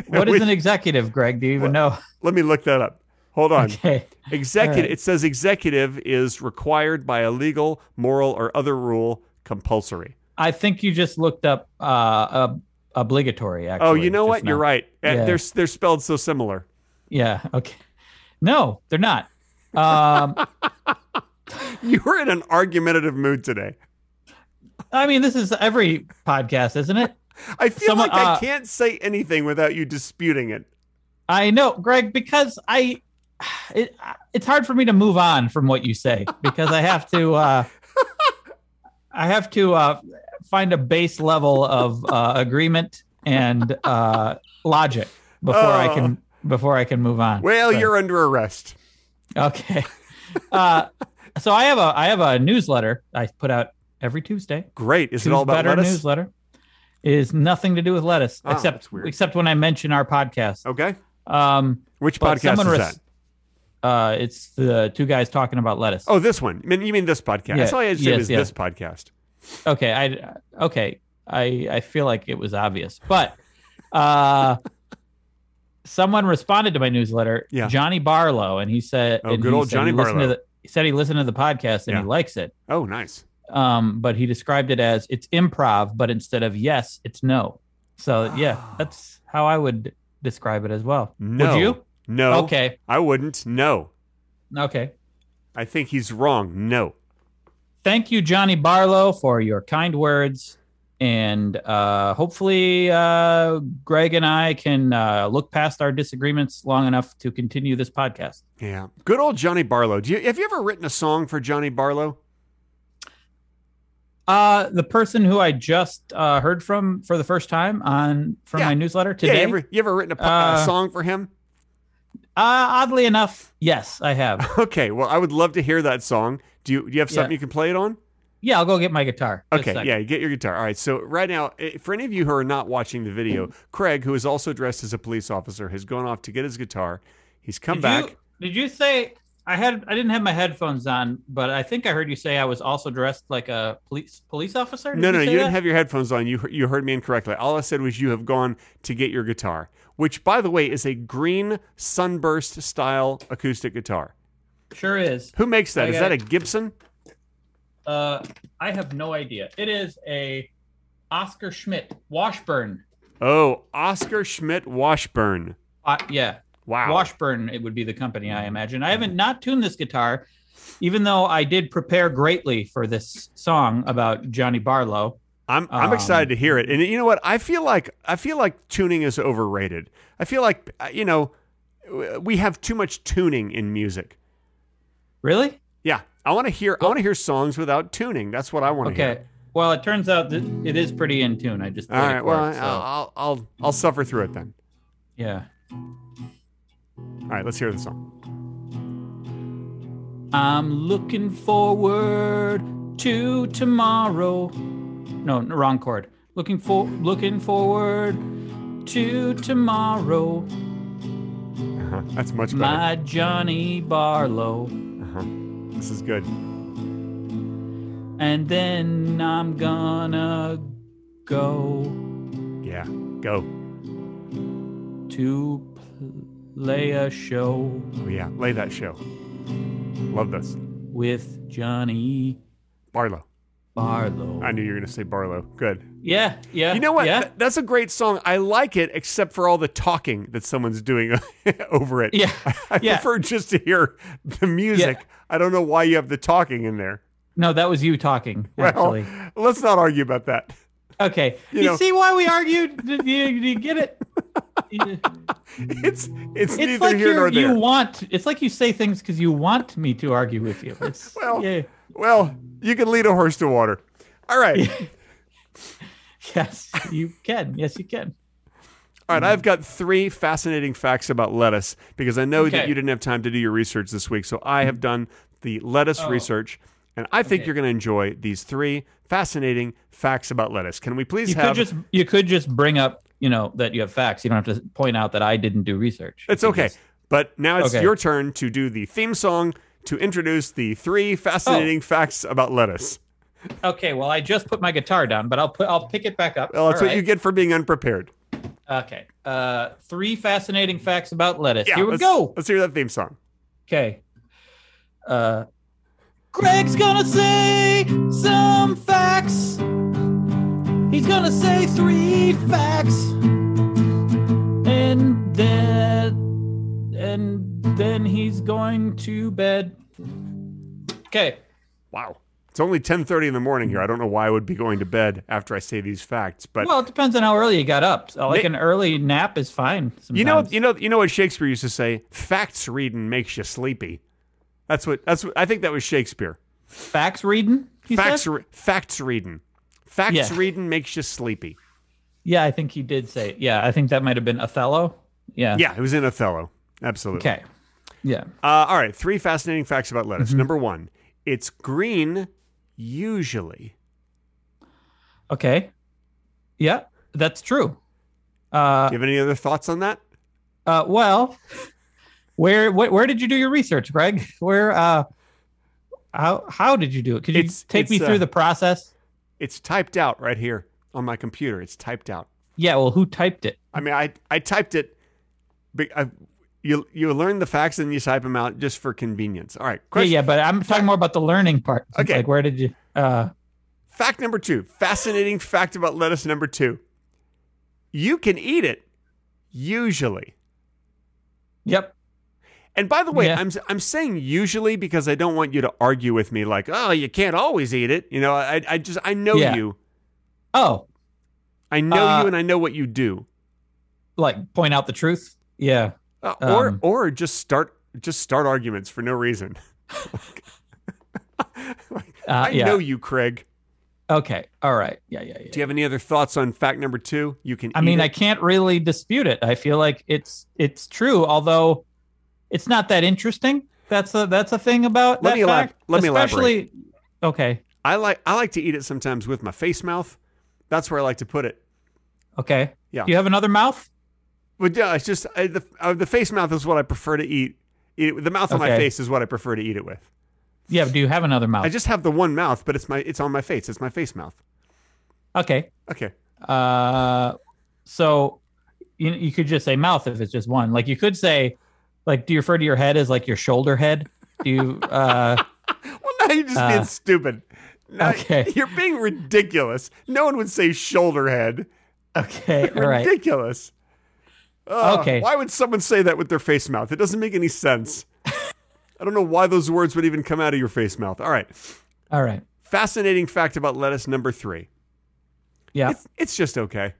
Speaker 1: What
Speaker 2: We-
Speaker 1: is an executive, Greg? Do you even know?
Speaker 2: Let me look that up. Hold on.
Speaker 1: <laughs> Okay.
Speaker 2: Executive.
Speaker 1: All right.
Speaker 2: It says executive is required by a legal, moral, or other rule compulsory.
Speaker 1: I think you just looked up uh, ob- obligatory. Actually,
Speaker 2: oh, you know
Speaker 1: just
Speaker 2: what? You're
Speaker 1: now.
Speaker 2: right. Uh,
Speaker 1: Yeah.
Speaker 2: They're they're spelled so similar. <laughs>
Speaker 1: Yeah. Okay. No, they're not.
Speaker 2: <laughs>
Speaker 1: Um,
Speaker 2: You were in an argumentative mood today.
Speaker 1: I mean, this is every podcast, isn't it?
Speaker 2: I feel
Speaker 1: Someone-
Speaker 2: like I
Speaker 1: uh,
Speaker 2: can't say anything without you disputing it.
Speaker 1: I know, Greg, because I, it, it's hard for me to move on from what you say because I have to, uh, I have to uh, find a base level of uh, agreement and uh, logic before I can
Speaker 2: Oh.
Speaker 1: before I can move on.
Speaker 2: Well,
Speaker 1: So-
Speaker 2: you're under arrest.
Speaker 1: okay. Uh, so I have a I have a newsletter I put out every Tuesday.
Speaker 2: Great. Is
Speaker 1: Choose
Speaker 2: it all about
Speaker 1: better
Speaker 2: lettuce?
Speaker 1: newsletter? It is nothing to do with lettuce
Speaker 2: Ah,
Speaker 1: except
Speaker 2: that's weird. Oh.
Speaker 1: except when I mention our podcast.
Speaker 2: Okay.
Speaker 1: Um,
Speaker 2: Which
Speaker 1: but
Speaker 2: podcast is
Speaker 1: someone res-
Speaker 2: that?
Speaker 1: Uh, it's the two guys talking about lettuce.
Speaker 2: Oh, this one. I mean, you mean this podcast?
Speaker 1: Yeah,
Speaker 2: That's all I assume
Speaker 1: yes,
Speaker 2: is
Speaker 1: yeah.
Speaker 2: this podcast.
Speaker 1: Okay, I okay, I I feel like it was obvious, but
Speaker 2: <laughs>
Speaker 1: uh, someone responded to my newsletter,
Speaker 2: Yeah.
Speaker 1: Johnny Barlow, and he said,
Speaker 2: Oh,
Speaker 1: and
Speaker 2: good
Speaker 1: he
Speaker 2: old
Speaker 1: said
Speaker 2: Johnny
Speaker 1: he listened to
Speaker 2: Barlow.
Speaker 1: the- he said he listened to the podcast and
Speaker 2: Yeah.
Speaker 1: he likes it,
Speaker 2: Oh, nice.
Speaker 1: um, but he described it as it's improv, but instead of yes, it's no. So
Speaker 2: <sighs>
Speaker 1: yeah,
Speaker 2: Oh.
Speaker 1: that's how I would describe it as well.
Speaker 2: No.
Speaker 1: Would you?
Speaker 2: No.
Speaker 1: Okay.
Speaker 2: I wouldn't. No.
Speaker 1: Okay.
Speaker 2: I think he's wrong. No.
Speaker 1: thank you, Johnny Barlow, for your kind words. And uh, hopefully, uh, Greg and I can uh, look past our disagreements long enough to continue this podcast.
Speaker 2: Yeah. Good old Johnny Barlow. Do you have you ever written a song for Johnny Barlow?
Speaker 1: Uh, the person who I just uh, heard from for the first time on from
Speaker 2: Yeah.
Speaker 1: my newsletter
Speaker 2: Yeah, you
Speaker 1: today,
Speaker 2: ever, you ever written a po- uh,
Speaker 1: Uh,
Speaker 2: song for him? <laughs>
Speaker 1: uh, oddly enough, yes, I
Speaker 2: <laughs>
Speaker 1: have.
Speaker 2: Okay. Well, I would love to hear that song. Do you do you have
Speaker 1: Yeah.
Speaker 2: something you can play it on?
Speaker 1: yeah, I'll go get my guitar. Just a
Speaker 2: Okay,
Speaker 1: sec.
Speaker 2: yeah, get your guitar. All right, so right now, eh, for any of you who are not watching
Speaker 1: <clears throat>
Speaker 2: the video, Craig, who is also dressed as a police officer, has gone off to get his guitar. He's come
Speaker 1: did
Speaker 2: back.
Speaker 1: You, did you say I had? I didn't have my headphones on, but I think I heard you say I was also dressed like a police police officer. Did
Speaker 2: no, no,
Speaker 1: you
Speaker 2: you
Speaker 1: say
Speaker 2: didn't
Speaker 1: that?
Speaker 2: have your headphones on. You he- you heard me incorrectly. All I said was you have gone to get your guitar, which, by the way, is a green sunburst style acoustic guitar.
Speaker 1: Sure is.
Speaker 2: Who makes that?
Speaker 1: I
Speaker 2: Is
Speaker 1: got
Speaker 2: that a Gibson?
Speaker 1: Uh, I have no idea. It is a Oscar Schmidt Washburn.
Speaker 2: Oh, Oscar Schmidt Washburn.
Speaker 1: Uh, yeah,
Speaker 2: Wow. Mm-hmm.
Speaker 1: Washburn. It would be the company I imagine. I haven't not tuned this guitar, even though I did prepare greatly for this song about Johnny Barlow.
Speaker 2: I'm I'm
Speaker 1: Um,
Speaker 2: excited to hear it. And you know what? I feel like I feel like tuning is overrated. I feel like uh, you know w- we have too much tuning in music.
Speaker 1: Really?
Speaker 2: Yeah, I want to hear I want to hear songs without tuning. That's what I want to
Speaker 1: Okay.
Speaker 2: hear.
Speaker 1: Well, it turns out that it is pretty in tune. I just
Speaker 2: All
Speaker 1: played it
Speaker 2: right.
Speaker 1: for
Speaker 2: Well,
Speaker 1: it, so,
Speaker 2: I'll, I'll I'll I'll suffer through it then.
Speaker 1: yeah.
Speaker 2: All right, let's hear the song. <laughs>
Speaker 1: I'm looking forward to tomorrow. No, no, wrong chord. Looking for looking forward to tomorrow.
Speaker 2: Uh-huh. That's much better.
Speaker 1: My Johnny Barlow.
Speaker 2: Uh-huh. This is good.
Speaker 1: And then I'm gonna go
Speaker 2: Yeah. Go.
Speaker 1: to play a show
Speaker 2: Oh yeah. Lay that show. Love this.
Speaker 1: with Johnny
Speaker 2: Barlow.
Speaker 1: Barlow.
Speaker 2: I knew you were going to say Barlow. Good.
Speaker 1: yeah, yeah.
Speaker 2: You know what?
Speaker 1: Yeah.
Speaker 2: Th- that's a great song. I like it, except for all the talking that someone's doing <laughs> over it.
Speaker 1: Yeah. <laughs>
Speaker 2: <laughs> I
Speaker 1: Yeah.
Speaker 2: prefer just to hear the music. I don't know why you have the talking in there.
Speaker 1: No, that was you talking,
Speaker 2: Well,
Speaker 1: actually.
Speaker 2: let's not argue about that. <laughs>
Speaker 1: Okay.
Speaker 2: You
Speaker 1: You,
Speaker 2: know-
Speaker 1: see why we argued? Do you, do you get
Speaker 2: <laughs>
Speaker 1: it? It's
Speaker 2: It's it's, neither
Speaker 1: like
Speaker 2: here
Speaker 1: you
Speaker 2: nor there.
Speaker 1: you want. It's like you say things because you want me to argue with you. It's,
Speaker 2: <laughs> Well-
Speaker 1: yeah,
Speaker 2: well, you can lead a horse to water. All right. <laughs>
Speaker 1: yes, you can. Yes, you can.
Speaker 2: All right, I've got three fascinating facts about lettuce because I know that
Speaker 1: Okay. Mm-hmm.
Speaker 2: you didn't have time to do your research this week. So I have done the lettuce
Speaker 1: Oh.
Speaker 2: research, and I think
Speaker 1: Okay.
Speaker 2: you're going to enjoy these three fascinating facts about lettuce. Can we please
Speaker 1: You
Speaker 2: have?
Speaker 1: could just you could just bring up you know that you have facts. You don't have to point out that I didn't do research.
Speaker 2: it's
Speaker 1: You could
Speaker 2: okay,
Speaker 1: just-
Speaker 2: but now it's
Speaker 1: Okay.
Speaker 2: your turn to do the theme song to introduce the
Speaker 1: Oh.
Speaker 2: three fascinating facts about lettuce.
Speaker 1: Okay. Well, I just put my guitar down, but I'll put I'll pick it back up.
Speaker 2: Well, that's
Speaker 1: All
Speaker 2: what you
Speaker 1: right.
Speaker 2: get for being unprepared.
Speaker 1: Okay. Uh, three fascinating facts about lettuce.
Speaker 2: Yeah,
Speaker 1: Here we
Speaker 2: let's,
Speaker 1: go.
Speaker 2: Let's hear that theme song.
Speaker 1: Okay. Uh, Greg's gonna say some facts. He's gonna say three facts, and then and then he's going to bed. Okay.
Speaker 2: Wow. It's only 10:30 in the morning here. I don't know why I would be going to bed after I say these facts, but
Speaker 1: Well, it depends on how early you got up. So, like
Speaker 2: Ma-
Speaker 1: an early nap is fine. Sometimes.
Speaker 2: you know you know you know what Shakespeare used to say, facts reading makes you sleepy. That's what that's what I think that was Shakespeare.
Speaker 1: facts reading. you
Speaker 2: facts
Speaker 1: said?
Speaker 2: re- facts reading. Facts
Speaker 1: Yeah.
Speaker 2: reading makes you sleepy.
Speaker 1: Yeah, I think he did say. Yeah, I think that might have been Othello. Yeah.
Speaker 2: Yeah, it was in Othello. Absolutely.
Speaker 1: Okay. Yeah.
Speaker 2: Uh, all right, three fascinating facts about lettuce.
Speaker 1: Mm-hmm.
Speaker 2: Number 1, it's green usually.
Speaker 1: Okay. Yeah, that's true. Uh,
Speaker 2: Do you have any other thoughts on that?
Speaker 1: uh, well, where wh- where did you do your research, Greg? <laughs> Where uh, how how did you do it? Could you
Speaker 2: It's-
Speaker 1: take me
Speaker 2: it's, uh,
Speaker 1: through the process?
Speaker 2: It's typed out right here on my computer. It's typed out.
Speaker 1: Yeah. Well, who typed it?
Speaker 2: I mean, I I typed it. But I, you you learn the facts and you type them out just for convenience. All right. Question.
Speaker 1: Yeah, yeah. But I'm talking more about the learning part. It's
Speaker 2: Okay.
Speaker 1: Like, where did you? Uh,
Speaker 2: Fact number two. Fascinating fact about lettuce. Number two. You can eat it, usually.
Speaker 1: yep.
Speaker 2: And by the way,
Speaker 1: Yeah.
Speaker 2: I'm s- I'm saying usually because I don't want you to argue with me like, oh, you can't always eat it. You know, I I just I know
Speaker 1: Yeah.
Speaker 2: you.
Speaker 1: Oh,
Speaker 2: I know
Speaker 1: Uh,
Speaker 2: you, and I know what you do.
Speaker 1: like point out the truth. Yeah.
Speaker 2: Uh, or
Speaker 1: um,
Speaker 2: or just start just start arguments for no reason. <laughs> Like,
Speaker 1: Uh,
Speaker 2: I
Speaker 1: yeah.
Speaker 2: know you, Craig.
Speaker 1: Okay. All right. Yeah. Yeah.
Speaker 2: Do
Speaker 1: Yeah.
Speaker 2: you have any other thoughts on fact number two? You can.
Speaker 1: I mean,
Speaker 2: eat
Speaker 1: I
Speaker 2: it.
Speaker 1: can't really dispute it. I feel like it's it's true, although it's not that interesting. That's a that's a thing about
Speaker 2: Let
Speaker 1: that
Speaker 2: me elab-
Speaker 1: fact.
Speaker 2: let me
Speaker 1: Especially, okay,
Speaker 2: I like I like to eat it sometimes with my face mouth. That's where I like to put it.
Speaker 1: okay.
Speaker 2: Yeah.
Speaker 1: Do you have another mouth?
Speaker 2: But yeah, it's just I, the uh, the face mouth is what I prefer to eat. eat it, with- the mouth on my
Speaker 1: Okay. Oh.
Speaker 2: face is what I prefer to eat it with.
Speaker 1: Yeah. Do you have another mouth?
Speaker 2: I just have the one mouth, but it's my it's on my face. It's my face mouth.
Speaker 1: okay.
Speaker 2: Okay. <laughs>
Speaker 1: Uh, so you you could just say mouth if it's just one. Like you could say, like, do you refer to your head as like your shoulder head? Do
Speaker 2: <laughs>
Speaker 1: you? Uh,
Speaker 2: Well, now you're just being
Speaker 1: Uh,
Speaker 2: stupid. Now,
Speaker 1: okay.
Speaker 2: <laughs> You're being ridiculous. No one would say shoulder head.
Speaker 1: okay. All <laughs> right.
Speaker 2: ridiculous. Ugh,
Speaker 1: Okay.
Speaker 2: Why would someone say that with their face mouth? It doesn't make
Speaker 1: <laughs>
Speaker 2: any sense. I don't know why those words would even come out of your face mouth. All right.
Speaker 1: All right.
Speaker 2: Fascinating fact about lettuce number three.
Speaker 1: Yeah.
Speaker 2: It's, it's just okay.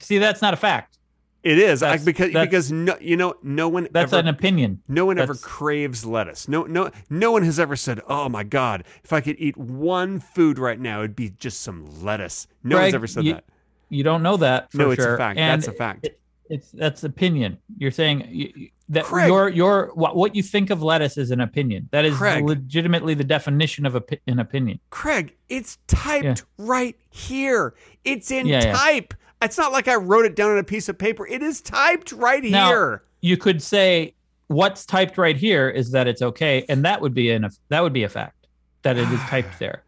Speaker 1: See, that's not a fact.
Speaker 2: It is I,
Speaker 1: That's-
Speaker 2: because
Speaker 1: that's-
Speaker 2: because no, you know no one
Speaker 1: That's
Speaker 2: ever
Speaker 1: an opinion.
Speaker 2: no one ever
Speaker 1: that's-
Speaker 2: craves lettuce. No no no one has ever said, "Oh my god, if I could eat one food right now, it'd be just some lettuce." No one's
Speaker 1: Greg,
Speaker 2: ever said
Speaker 1: you-
Speaker 2: that.
Speaker 1: You don't know that. For
Speaker 2: No, it's
Speaker 1: sure.
Speaker 2: a fact.
Speaker 1: And
Speaker 2: That's a fact.
Speaker 1: it- it's that's opinion. You're saying you, you- that
Speaker 2: Craig.
Speaker 1: your your what what you think of lettuce is an opinion. That is
Speaker 2: Craig.
Speaker 1: legitimately the definition of opi- an opinion.
Speaker 2: Craig, it's typed
Speaker 1: Yeah.
Speaker 2: right here. It's in
Speaker 1: Yeah, yeah.
Speaker 2: type. It's not like I wrote it down on a piece of paper. It is typed right
Speaker 1: Now-
Speaker 2: here.
Speaker 1: You could say what's typed right here is that it's okay, and that would be an that would be a fact that it is typed there.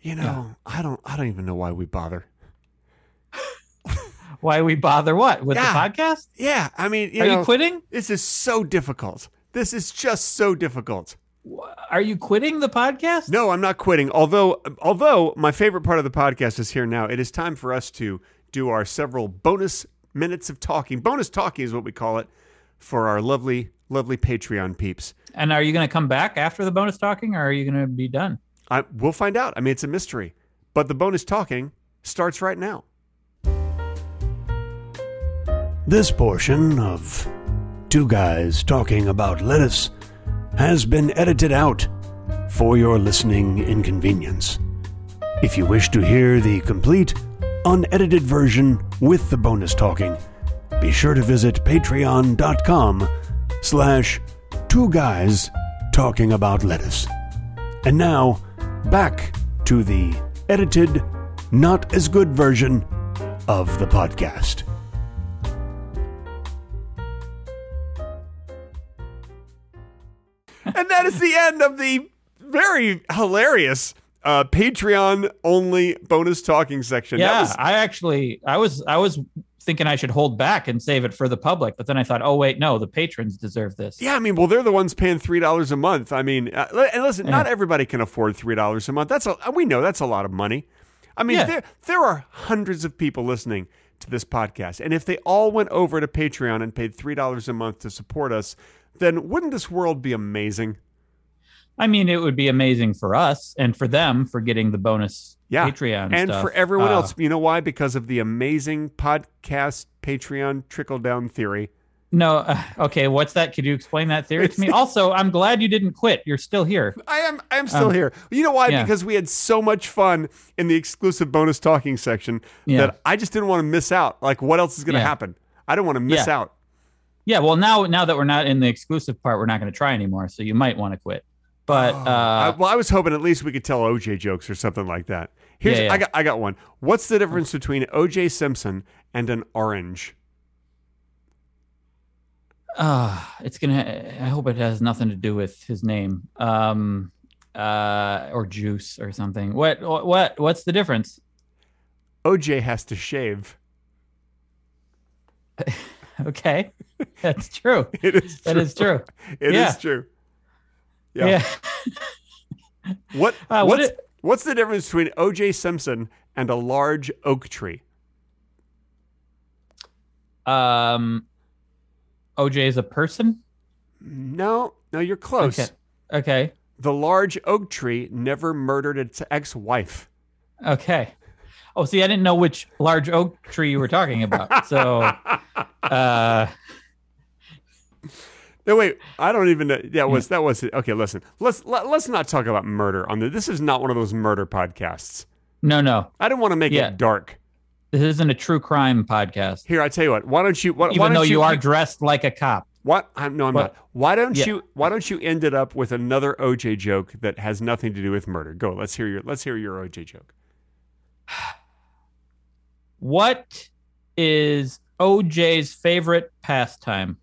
Speaker 2: You know, I don't I don't even know why we bother.
Speaker 1: Why we bother what with
Speaker 2: Yeah.
Speaker 1: the podcast?
Speaker 2: Yeah, I mean, you
Speaker 1: Are
Speaker 2: know,
Speaker 1: you quitting?
Speaker 2: this is so difficult. This is just so difficult.
Speaker 1: Wh- Are you quitting the podcast?
Speaker 2: No, I'm not quitting. Although although my favorite part of the podcast is here now, it is time for us to do our several bonus minutes of talking. Bonus talking is what we call it for our lovely lovely Patreon peeps.
Speaker 1: And are you going to come back after the bonus talking, or are you going to be done?
Speaker 2: I, we'll find out. I mean, it's a mystery. But the bonus talking starts right now.
Speaker 3: This portion of Two Guys Talking About Lettuce has been edited out for your listening inconvenience. If you wish to hear the complete unedited version with the bonus talking. Be sure to visit patreon.com slash two guys talking about lettuce. And now, back to the edited, not as good version of the podcast.
Speaker 2: <laughs> and that is the end of the very hilarious uh, Patreon only bonus talking section. That
Speaker 1: yeah,
Speaker 2: was-
Speaker 1: I actually, I was, I was thinking I should hold back and save it for the public, but then I thought, oh wait, no, the patrons deserve this.
Speaker 2: yeah, I mean, well, they're the ones paying three dollars a month. I mean, uh, li- and listen, not everybody can afford three dollars a month. That's a, we know that's a lot of money. I mean,
Speaker 1: Yeah.
Speaker 2: there there are hundreds of people listening to this podcast, and if they all went over to Patreon and paid three dollars a month to support us, then wouldn't this world be amazing?
Speaker 1: I mean, it would be amazing for us and for them for getting the bonus
Speaker 2: Yeah.
Speaker 1: Patreon
Speaker 2: and
Speaker 1: stuff.
Speaker 2: for everyone
Speaker 1: Uh,
Speaker 2: else, you know why? Because of the amazing podcast Patreon trickle down theory.
Speaker 1: No, uh, okay, what's that? Could you explain that theory
Speaker 2: <laughs>
Speaker 1: to me? Also, I'm glad you didn't quit. You're still here.
Speaker 2: I am I am still here. You know why?
Speaker 1: Um, yeah.
Speaker 2: Because we had so much fun in the exclusive bonus talking section
Speaker 1: Yeah.
Speaker 2: that I just didn't want to miss out. Like what else is going to
Speaker 1: Yeah.
Speaker 2: happen? I don't want to miss
Speaker 1: Yeah.
Speaker 2: out.
Speaker 1: Yeah, well, now now that we're not in the exclusive part, we're not going to try anymore. So you might want to quit.
Speaker 2: <sighs>
Speaker 1: But
Speaker 2: Oh, I,
Speaker 1: uh,
Speaker 2: well, I was hoping at least we could tell OJ jokes or something like that. Here's
Speaker 1: Yeah, yeah.
Speaker 2: I got I got one. What's the difference between OJ Simpson and an orange?
Speaker 1: uh, it's gonna. I hope it has nothing to do with his name, um, uh, or juice or something. What what what's the difference? <laughs>
Speaker 2: OJ has to shave. <laughs>
Speaker 1: Okay, that's true.
Speaker 2: It is true.
Speaker 1: That is true.
Speaker 2: It is
Speaker 1: yeah.
Speaker 2: true. Yeah.
Speaker 1: Yeah.
Speaker 2: What
Speaker 1: Uh, what
Speaker 2: what's,
Speaker 1: it-
Speaker 2: what's the difference between OJ Simpson and a large oak tree?
Speaker 1: Um, OJ is a person.
Speaker 2: No, no, you're close.
Speaker 1: Okay. Okay.
Speaker 2: The large oak tree never murdered its ex wife.
Speaker 1: Okay. Oh, see, I didn't know which large oak tree you were talking about. So, uh,
Speaker 2: No, wait, I don't even know. That was, that was it. Okay, listen, let's, let, let's not talk about murder on the, this is not one of those murder podcasts.
Speaker 1: no, no,
Speaker 2: I didn't want to make
Speaker 1: Yeah.
Speaker 2: it dark.
Speaker 1: this isn't a true crime podcast.
Speaker 2: Here, I tell you what, why don't you, why, why
Speaker 1: Even
Speaker 2: don't
Speaker 1: though you, are dressed like a cop.
Speaker 2: what, I'm, no, I'm
Speaker 1: What?
Speaker 2: not. Why don't
Speaker 1: Yeah.
Speaker 2: you, why don't you end it up with another OJ joke that has nothing to do with murder? Go, let's hear your, let's hear your OJ joke.
Speaker 1: What is OJ's favorite pastime?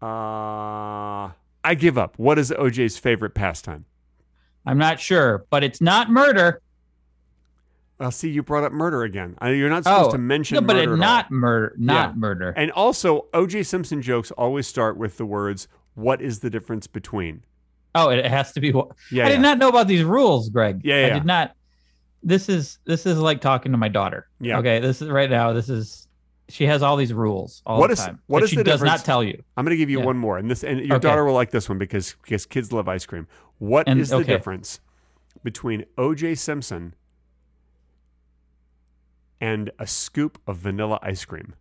Speaker 2: Uh, I give up. What is OJ's favorite pastime?
Speaker 1: I'm not sure, but it's not murder.
Speaker 2: Well, see, you brought up murder again. I, you're not supposed
Speaker 1: Oh,
Speaker 2: to mention
Speaker 1: No, but
Speaker 2: murder.
Speaker 1: it
Speaker 2: at all.
Speaker 1: not murder, not
Speaker 2: Yeah.
Speaker 1: murder.
Speaker 2: And also, OJ Simpson jokes always start with the words, What is the difference between?
Speaker 1: Oh, it has to be. wa-
Speaker 2: Yeah.
Speaker 1: I
Speaker 2: yeah.
Speaker 1: did not know about these rules, Greg.
Speaker 2: Yeah,
Speaker 1: I
Speaker 2: yeah.
Speaker 1: did not. This is this is like talking to my daughter.
Speaker 2: Yeah.
Speaker 1: Okay. This is right now. This is she has all these rules all
Speaker 2: What
Speaker 1: the
Speaker 2: is-
Speaker 1: time.
Speaker 2: what
Speaker 1: that
Speaker 2: is
Speaker 1: she
Speaker 2: the
Speaker 1: does
Speaker 2: difference-
Speaker 1: not tell you.
Speaker 2: I'm going to give you
Speaker 1: Yeah.
Speaker 2: one more. And this, and your
Speaker 1: Okay.
Speaker 2: daughter will like this one because, because kids love ice cream. What is
Speaker 1: And-
Speaker 2: the
Speaker 1: okay.
Speaker 2: difference between OJ Simpson and a scoop of vanilla ice cream?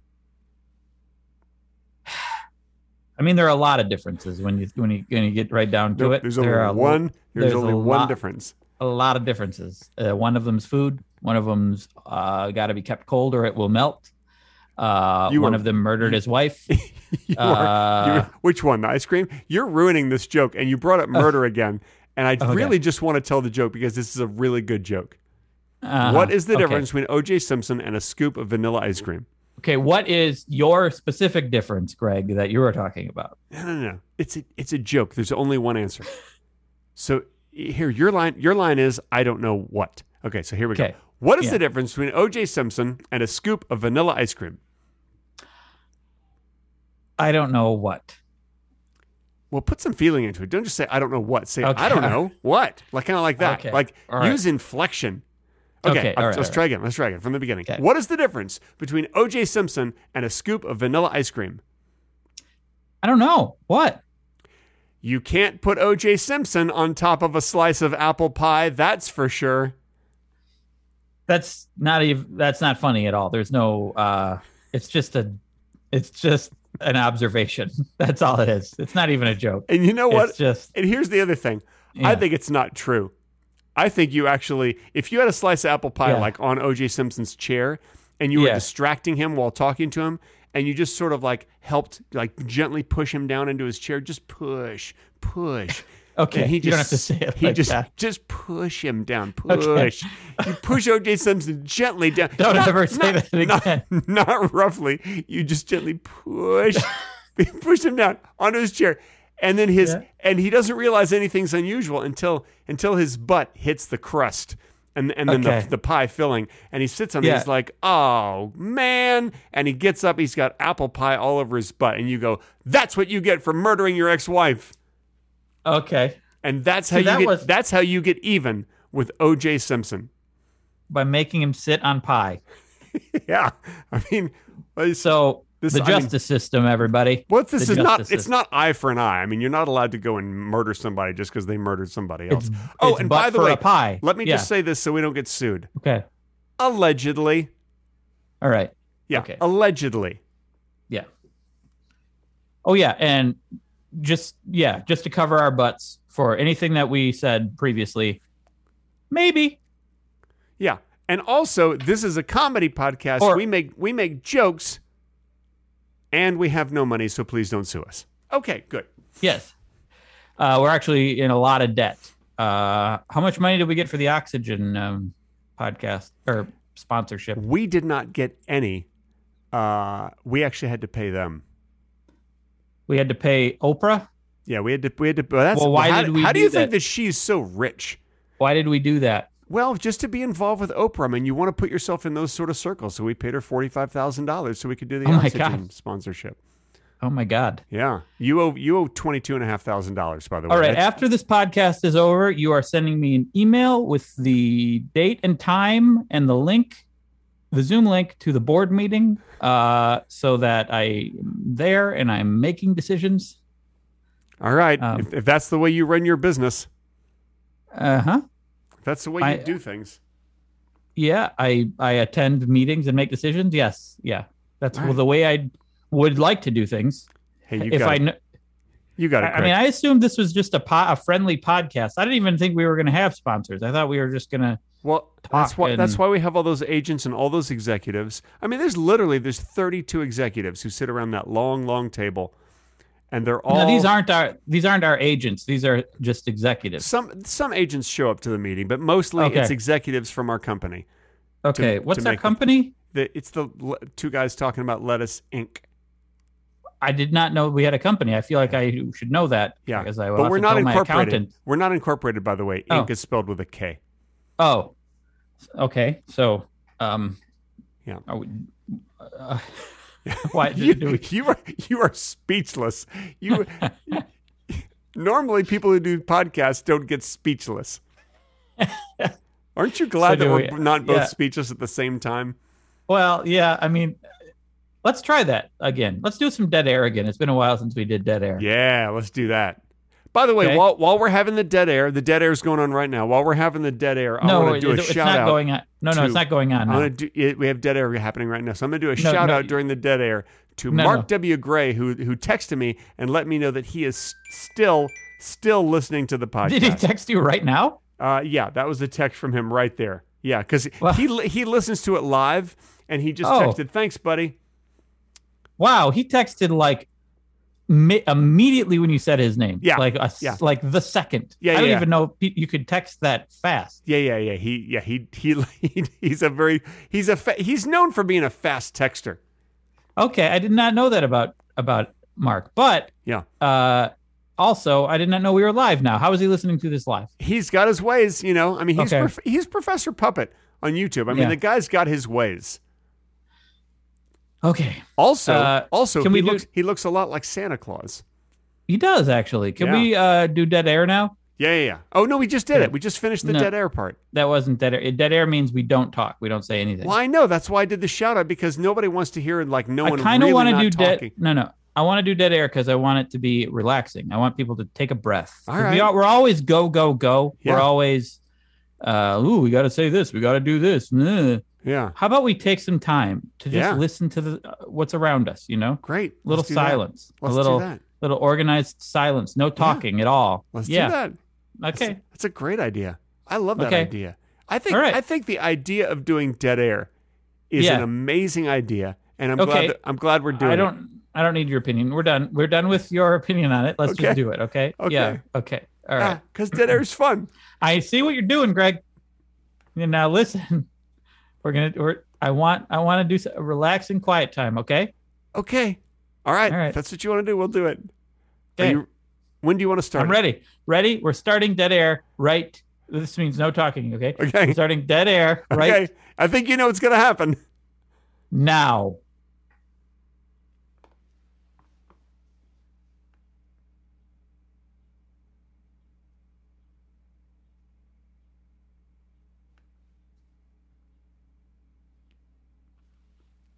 Speaker 1: I mean, there are a lot of differences when you when you when you get right down to
Speaker 2: Nope,
Speaker 1: it.
Speaker 2: there's only
Speaker 1: there are a-
Speaker 2: one. There's,
Speaker 1: there's
Speaker 2: only
Speaker 1: a
Speaker 2: one
Speaker 1: lot.
Speaker 2: difference. <laughs>
Speaker 1: A lot of differences. Uh, one of them's food. One of them's uh, got to be kept cold or it will melt. Uh,
Speaker 2: You
Speaker 1: one
Speaker 2: are-
Speaker 1: of them murdered his
Speaker 2: <laughs>
Speaker 1: wife.
Speaker 2: You are- You-
Speaker 1: uh,
Speaker 2: <laughs> which one? The ice cream? You're ruining this joke, and you brought up murder again. And I
Speaker 1: Okay.
Speaker 2: really just want to tell the joke because this is a really good joke.
Speaker 1: uh-huh.
Speaker 2: What is the
Speaker 1: Okay.
Speaker 2: difference between O.J. Simpson and a scoop of vanilla ice cream?
Speaker 1: Okay, what is your specific difference, Greg, that you were talking about?
Speaker 2: No, no, no. It's a, it's a joke. There's only
Speaker 1: <laughs>
Speaker 2: one answer. So here, your line your line is I don't know what. Okay, so here we
Speaker 1: Okay.
Speaker 2: go. What is
Speaker 1: Yeah.
Speaker 2: the difference between O.J. Simpson and a scoop of vanilla ice cream?
Speaker 1: I don't know what.
Speaker 2: Well, put some feeling into it. Don't just say I don't know what. Say I
Speaker 1: Okay. <laughs>
Speaker 2: don't know what. Like kind of like that.
Speaker 1: Okay.
Speaker 2: Like
Speaker 1: All right.
Speaker 2: use inflection. Okay,
Speaker 1: Okay.
Speaker 2: I'm-
Speaker 1: All right.
Speaker 2: let's
Speaker 1: All
Speaker 2: try again. Let's try again from the beginning.
Speaker 1: Okay.
Speaker 2: What is the difference between O.J. Simpson and a scoop of vanilla ice cream?
Speaker 1: I don't know what.
Speaker 2: You can't put O.J. Simpson on top of a slice of apple pie. That's for sure.
Speaker 1: That's not even. That's not funny at all. There's no. uh It's just a. It's just an observation. <laughs> That's all it is. It's not even a joke.
Speaker 2: And you know what?
Speaker 1: It's just.
Speaker 2: and here's the other thing.
Speaker 1: Yeah.
Speaker 2: I think it's not true. I think you actually, if you had a slice of apple pie
Speaker 1: Yeah.
Speaker 2: like on OJ Simpson's chair, and you were
Speaker 1: Yeah.
Speaker 2: distracting him while talking to him, and you just sort of like helped, like gently push him down into his chair, just push,
Speaker 1: <laughs>
Speaker 2: push.
Speaker 1: Okay,
Speaker 2: And he
Speaker 1: you
Speaker 2: just,
Speaker 1: don't have to say it
Speaker 2: He
Speaker 1: like
Speaker 2: just
Speaker 1: that.
Speaker 2: just push him down.
Speaker 1: <laughs> Okay.
Speaker 2: Push. You push O.J. Simpson gently down.
Speaker 1: Don't ever say that again.
Speaker 2: Not, <laughs> not roughly. You just
Speaker 1: <laughs>
Speaker 2: gently push <laughs> push him down onto his chair, and then his
Speaker 1: Yeah.
Speaker 2: and he doesn't realize anything's unusual until until his butt hits the crust. And, and then
Speaker 1: Okay.
Speaker 2: the, the pie filling, and he sits on it.
Speaker 1: Yeah.
Speaker 2: He's like, "Oh man!" And he gets up. He's got apple pie all over his butt, and you go, "That's what you get for murdering your ex-wife."
Speaker 1: Okay,
Speaker 2: And that's how
Speaker 1: See,
Speaker 2: you
Speaker 1: that
Speaker 2: get,
Speaker 1: was-
Speaker 2: that's how you get even with
Speaker 1: <laughs>
Speaker 2: O.J. Simpson.
Speaker 1: by making him sit on pie.
Speaker 2: Yeah, I mean, it's-
Speaker 1: So
Speaker 2: This-
Speaker 1: the
Speaker 2: I mean-
Speaker 1: justice system, everybody.
Speaker 2: what this
Speaker 1: the
Speaker 2: is not
Speaker 1: justice
Speaker 2: it's not eye for an eye. I mean, you're not allowed to go and murder somebody just because they murdered somebody else.
Speaker 1: It's,
Speaker 2: oh,
Speaker 1: it's
Speaker 2: and
Speaker 1: but
Speaker 2: by the
Speaker 1: for
Speaker 2: way,
Speaker 1: a pie.
Speaker 2: let me
Speaker 1: Yeah,
Speaker 2: just say this so we don't get sued.
Speaker 1: Okay.
Speaker 2: Allegedly,
Speaker 1: All right.
Speaker 2: yeah,
Speaker 1: Okay.
Speaker 2: allegedly.
Speaker 1: Oh yeah, and just yeah, just to cover our butts for anything that we said previously. Maybe.
Speaker 2: Yeah. And also, this is a comedy podcast.
Speaker 1: Or-
Speaker 2: we make we make jokes and we have no money, so please don't sue us. Okay, good.
Speaker 1: Yes. Uh, we're actually in a lot of debt. Uh, how much money did we get for the oxygen um, podcast or sponsorship?
Speaker 2: We did not get any. Uh, we actually had to pay them.
Speaker 1: We had to pay Oprah.
Speaker 2: Yeah, we had to. We had to. Well, that's,
Speaker 1: Well, why
Speaker 2: how,
Speaker 1: did we
Speaker 2: How do
Speaker 1: do
Speaker 2: you think
Speaker 1: that?
Speaker 2: that she's so rich?
Speaker 1: Why did we do that?
Speaker 2: Well, just to be involved with Oprah, I mean, you want to put yourself in those sort of circles. So we paid her forty five thousand dollars so we could do the
Speaker 1: Oh my
Speaker 2: oxygen
Speaker 1: God.
Speaker 2: sponsorship.
Speaker 1: Oh my God.
Speaker 2: Yeah, you owe you owe twenty two and a half thousand dollars by the way.
Speaker 1: All right.
Speaker 2: That's-
Speaker 1: After this podcast is over, you are sending me an email with the date and time and the link, the Zoom link to the board meeting, uh, so that I'm there and I'm making decisions.
Speaker 2: all right.
Speaker 1: Um,
Speaker 2: if, if that's the way you run your business,
Speaker 1: Uh
Speaker 2: Uh-huh.
Speaker 1: huh.
Speaker 2: if that's the way
Speaker 1: I-
Speaker 2: you do things.
Speaker 1: Yeah. I I attend meetings and make decisions. Yes. Yeah. That's
Speaker 2: All right.
Speaker 1: the way I would like to do things.
Speaker 2: Hey, you
Speaker 1: if
Speaker 2: got
Speaker 1: I,
Speaker 2: it.
Speaker 1: kn-
Speaker 2: you got
Speaker 1: I
Speaker 2: it.
Speaker 1: I mean, I assumed this was just a po- a friendly podcast. I didn't even think we were going to have sponsors. I thought we were just going to.
Speaker 2: Well, that's
Speaker 1: talk
Speaker 2: why that's
Speaker 1: and-
Speaker 2: why we have all those agents and all those executives. I mean, there's literally there's 32 executives who sit around that long, long table, and they're all
Speaker 1: No, these aren't our these aren't our agents. These are just executives.
Speaker 2: some some agents show up to the meeting, but mostly
Speaker 1: Okay.
Speaker 2: it's executives from our company.
Speaker 1: Okay,
Speaker 2: to
Speaker 1: what's our
Speaker 2: make them-
Speaker 1: company?
Speaker 2: The, it's the le- two guys talking about lettuce Inc.
Speaker 1: I did not know we had a company. I feel like I should know that.
Speaker 2: Yeah,
Speaker 1: because I will
Speaker 2: but
Speaker 1: have
Speaker 2: we're
Speaker 1: to
Speaker 2: not
Speaker 1: tell my
Speaker 2: incorporated.
Speaker 1: accountant.
Speaker 2: We're not incorporated, by the way.
Speaker 1: Oh.
Speaker 2: Inc. is spelled with
Speaker 1: <laughs>
Speaker 2: a K.
Speaker 1: Oh, okay. So, um,
Speaker 2: Yeah.
Speaker 1: are we-
Speaker 2: <laughs>
Speaker 1: uh, why
Speaker 2: You,
Speaker 1: do we?
Speaker 2: <laughs> you are you are speechless.
Speaker 1: <laughs>
Speaker 2: You normally people who do podcasts don't
Speaker 1: <laughs>
Speaker 2: get speechless. Aren't you glad
Speaker 1: So
Speaker 2: that
Speaker 1: do
Speaker 2: we're
Speaker 1: we-
Speaker 2: not both
Speaker 1: yeah.
Speaker 2: speechless at the same time?
Speaker 1: Well, yeah. I mean, let's try that again. Let's do some dead air again. It's been a while since we did dead air.
Speaker 2: Yeah, let's do that. By the way,
Speaker 1: Okay.
Speaker 2: while while we're having the dead air, the dead air is going on right now. While we're having the dead air, I
Speaker 1: No,
Speaker 2: want to
Speaker 1: it-
Speaker 2: do a
Speaker 1: it's
Speaker 2: shout
Speaker 1: not
Speaker 2: out.
Speaker 1: going on. No, no,
Speaker 2: to-
Speaker 1: it's not going on.
Speaker 2: I'm
Speaker 1: now.
Speaker 2: gonna do. It, we have dead air happening right now, so I'm gonna do a
Speaker 1: No,
Speaker 2: shout
Speaker 1: no,
Speaker 2: out
Speaker 1: you-
Speaker 2: during the dead air to
Speaker 1: No,
Speaker 2: Mark
Speaker 1: no.
Speaker 2: W. Gray, who who texted me and let me know that he is still still listening to
Speaker 1: <laughs>
Speaker 2: the
Speaker 1: <laughs> Did he
Speaker 2: podcast.
Speaker 1: text you right now?
Speaker 2: uh, yeah, that was a text from him right there. Yeah, because
Speaker 1: Well-
Speaker 2: he li- he listens to it live, and he just
Speaker 1: Oh.
Speaker 2: texted, "Thanks, buddy."
Speaker 1: Wow, he texted like mi- immediately when you said his name.
Speaker 2: Yeah,
Speaker 1: like a s-
Speaker 2: yeah.
Speaker 1: like the second. I
Speaker 2: Yeah, yeah,
Speaker 1: don't
Speaker 2: yeah.
Speaker 1: even know pe- you could text that fast.
Speaker 2: Yeah, yeah, yeah. He yeah he he, he <laughs> he's a very he's a fa- he's known for being a fast texter.
Speaker 1: Okay, I did not know that about about Mark, but
Speaker 2: Yeah.
Speaker 1: Uh, also, I did not know we were live now. How is he listening to this live?
Speaker 2: He's got his ways, you know. I mean, he's
Speaker 1: Okay.
Speaker 2: prof- he's Professor Puppet on YouTube. I mean,
Speaker 1: Yeah.
Speaker 2: the guy's got his ways.
Speaker 1: Okay,
Speaker 2: Also,
Speaker 1: Uh,
Speaker 2: also,
Speaker 1: can
Speaker 2: he
Speaker 1: we do-
Speaker 2: looks he looks a lot like Santa Claus.
Speaker 1: he does actually. Can we uh, do dead air now?
Speaker 2: Yeah, yeah, yeah. Oh no, we just did
Speaker 1: Yeah.
Speaker 2: it. We just finished the
Speaker 1: No.
Speaker 2: dead air part.
Speaker 1: That wasn't dead air. Dead air means we don't talk. We don't say anything.
Speaker 2: Well, I know that's why I did the shout out because nobody wants to hear like no
Speaker 1: I
Speaker 2: one
Speaker 1: kind of
Speaker 2: really
Speaker 1: want to
Speaker 2: not
Speaker 1: do
Speaker 2: talking.
Speaker 1: dead. No, no. I want to do dead air because I want it to be relaxing. I want people to take a breath. 'Cause
Speaker 2: All right.
Speaker 1: We are, we're always go, go, go.
Speaker 2: Yeah.
Speaker 1: We're always, uh, ooh, we got to say this. We got to do this. Nah.
Speaker 2: Yeah,
Speaker 1: How about we take some time to just
Speaker 2: Yeah.
Speaker 1: listen to the, uh, what's around us, you know?
Speaker 2: great.
Speaker 1: Little
Speaker 2: Let's do that.
Speaker 1: silence, a
Speaker 2: Let's do
Speaker 1: little,
Speaker 2: that.
Speaker 1: little organized silence, no talking at all.
Speaker 2: Let's
Speaker 1: yeah.
Speaker 2: do that.
Speaker 1: Okay.
Speaker 2: That's, that's a great idea. I love that
Speaker 1: Okay.
Speaker 2: idea. I think
Speaker 1: All right.
Speaker 2: I think the idea of doing dead air is
Speaker 1: Yeah.
Speaker 2: an amazing idea, and I'm
Speaker 1: Okay.
Speaker 2: glad that, I'm glad we're doing
Speaker 1: I
Speaker 2: it.
Speaker 1: don't. I don't need your opinion. We're done. We're done with your <laughs> opinion on it. Let's
Speaker 2: Okay.
Speaker 1: just do it. Okay.
Speaker 2: Okay.
Speaker 1: Yeah. Okay. All right.
Speaker 2: because dead air Ah, is fun.
Speaker 1: I see what you're doing, Greg. And Now listen, <laughs> we're gonna. We're, I want. I want to do s- a relaxing, quiet time. Okay.
Speaker 2: Okay, all right.
Speaker 1: All right.
Speaker 2: If that's what you want to do. We'll do it. Are
Speaker 1: Okay.
Speaker 2: you- when do you want to start?
Speaker 1: I'm
Speaker 2: it?
Speaker 1: ready. Ready. We're starting dead air. Right. This means no talking. Okay.
Speaker 2: Okay.
Speaker 1: We're starting dead air. Right
Speaker 2: <laughs> Okay. I think you know what's gonna happen.
Speaker 1: now.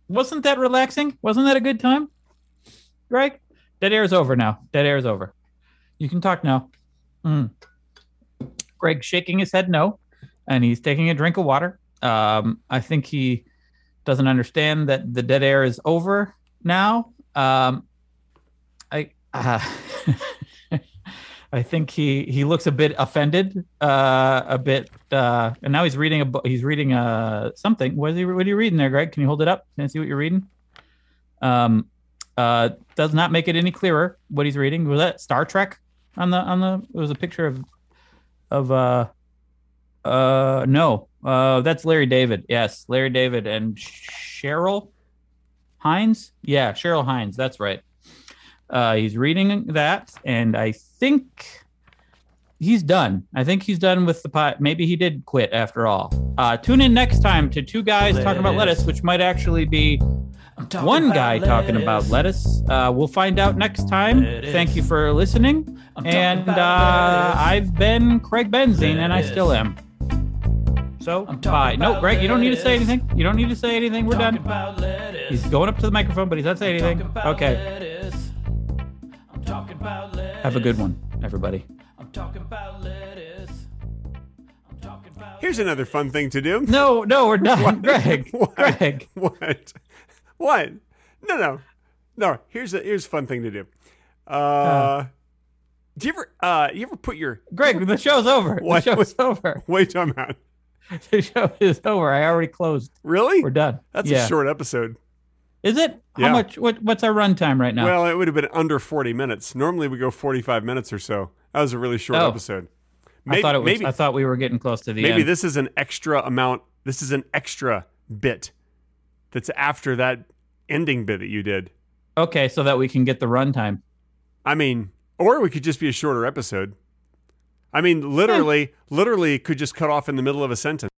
Speaker 1: Wasn't that relaxing? Wasn't that a good time? Greg? Dead air is over now. Dead air is over. You can talk now. Mm. Greg's shaking his head no, and he's taking a drink of water. Um, I think he doesn't understand that the dead air is over now. Um, I uh, <laughs> I think he he looks a bit offended, uh, a bit, uh, and now he's reading a bu- he's reading uh something. What is he? What are you reading there, Greg? Can you hold it up? Can I see what you're reading? Um, uh, does not make it any clearer what he's reading. Was that Star Trek on the on the? It was a picture of of uh uh, no. Uh, that's Larry David. Yes, Larry David and Cheryl Hines. Yeah, Cheryl Hines. That's right. Uh, he's reading that, and I think he's done. I think he's done with the pot. Maybe he did quit after all. Uh, tune in next time to two guys talking about
Speaker 4: Lettuce.
Speaker 1: lettuce, which might actually be
Speaker 4: Talking
Speaker 1: one
Speaker 4: about
Speaker 1: guy talking about
Speaker 4: lettuce.
Speaker 1: lettuce. Uh, we'll find out next time.
Speaker 4: Lettuce.
Speaker 1: Thank you for listening.
Speaker 4: I'm talking
Speaker 1: And uh,
Speaker 4: about lettuce.
Speaker 1: I've been Craig Benzine, and I
Speaker 4: Lettuce.
Speaker 1: still am. So
Speaker 4: I'm
Speaker 1: bye.
Speaker 4: talking
Speaker 1: No,
Speaker 4: about
Speaker 1: Greg, you don't need to say
Speaker 4: lettuce.
Speaker 1: anything. You don't need to say anything. We're
Speaker 4: Talking
Speaker 1: done.
Speaker 4: about lettuce.
Speaker 1: He's going up to the microphone, but he's not saying
Speaker 4: Talking
Speaker 1: anything.
Speaker 4: about
Speaker 1: Okay.
Speaker 4: lettuce. I'm talking about lettuce.
Speaker 1: Have a good one, everybody.
Speaker 4: I'm talking about lettuce. I'm talking about
Speaker 2: Here's another fun thing to do. <laughs>
Speaker 1: No, no, we're done. Greg.
Speaker 2: What?
Speaker 1: Greg.
Speaker 2: What? What? No, no, no. Here's a here's a fun thing to do. Uh, do you ever uh you ever put your <laughs>
Speaker 1: Greg, the show's over.
Speaker 2: What
Speaker 1: The show's
Speaker 2: was-
Speaker 1: <laughs> over.
Speaker 2: wait time out?
Speaker 1: The show is over. I already closed.
Speaker 2: Really?
Speaker 1: We're done.
Speaker 2: That's
Speaker 1: yeah.
Speaker 2: a short episode.
Speaker 1: Is it?
Speaker 2: Yeah.
Speaker 1: How much? What, what's our runtime right now?
Speaker 2: Well, it would have been under 40 minutes. Normally we go 45 minutes or so. That was a really short
Speaker 1: Oh.
Speaker 2: episode.
Speaker 1: I thought it was.
Speaker 2: maybe,
Speaker 1: I thought we were getting close to the
Speaker 2: maybe
Speaker 1: end.
Speaker 2: this is an extra amount. This is an extra bit that's after that ending bit that you did.
Speaker 1: okay, so that we can get the runtime.
Speaker 2: I mean, or we could just be a shorter episode. I mean, literally, literally could just cut off in the middle of a sentence.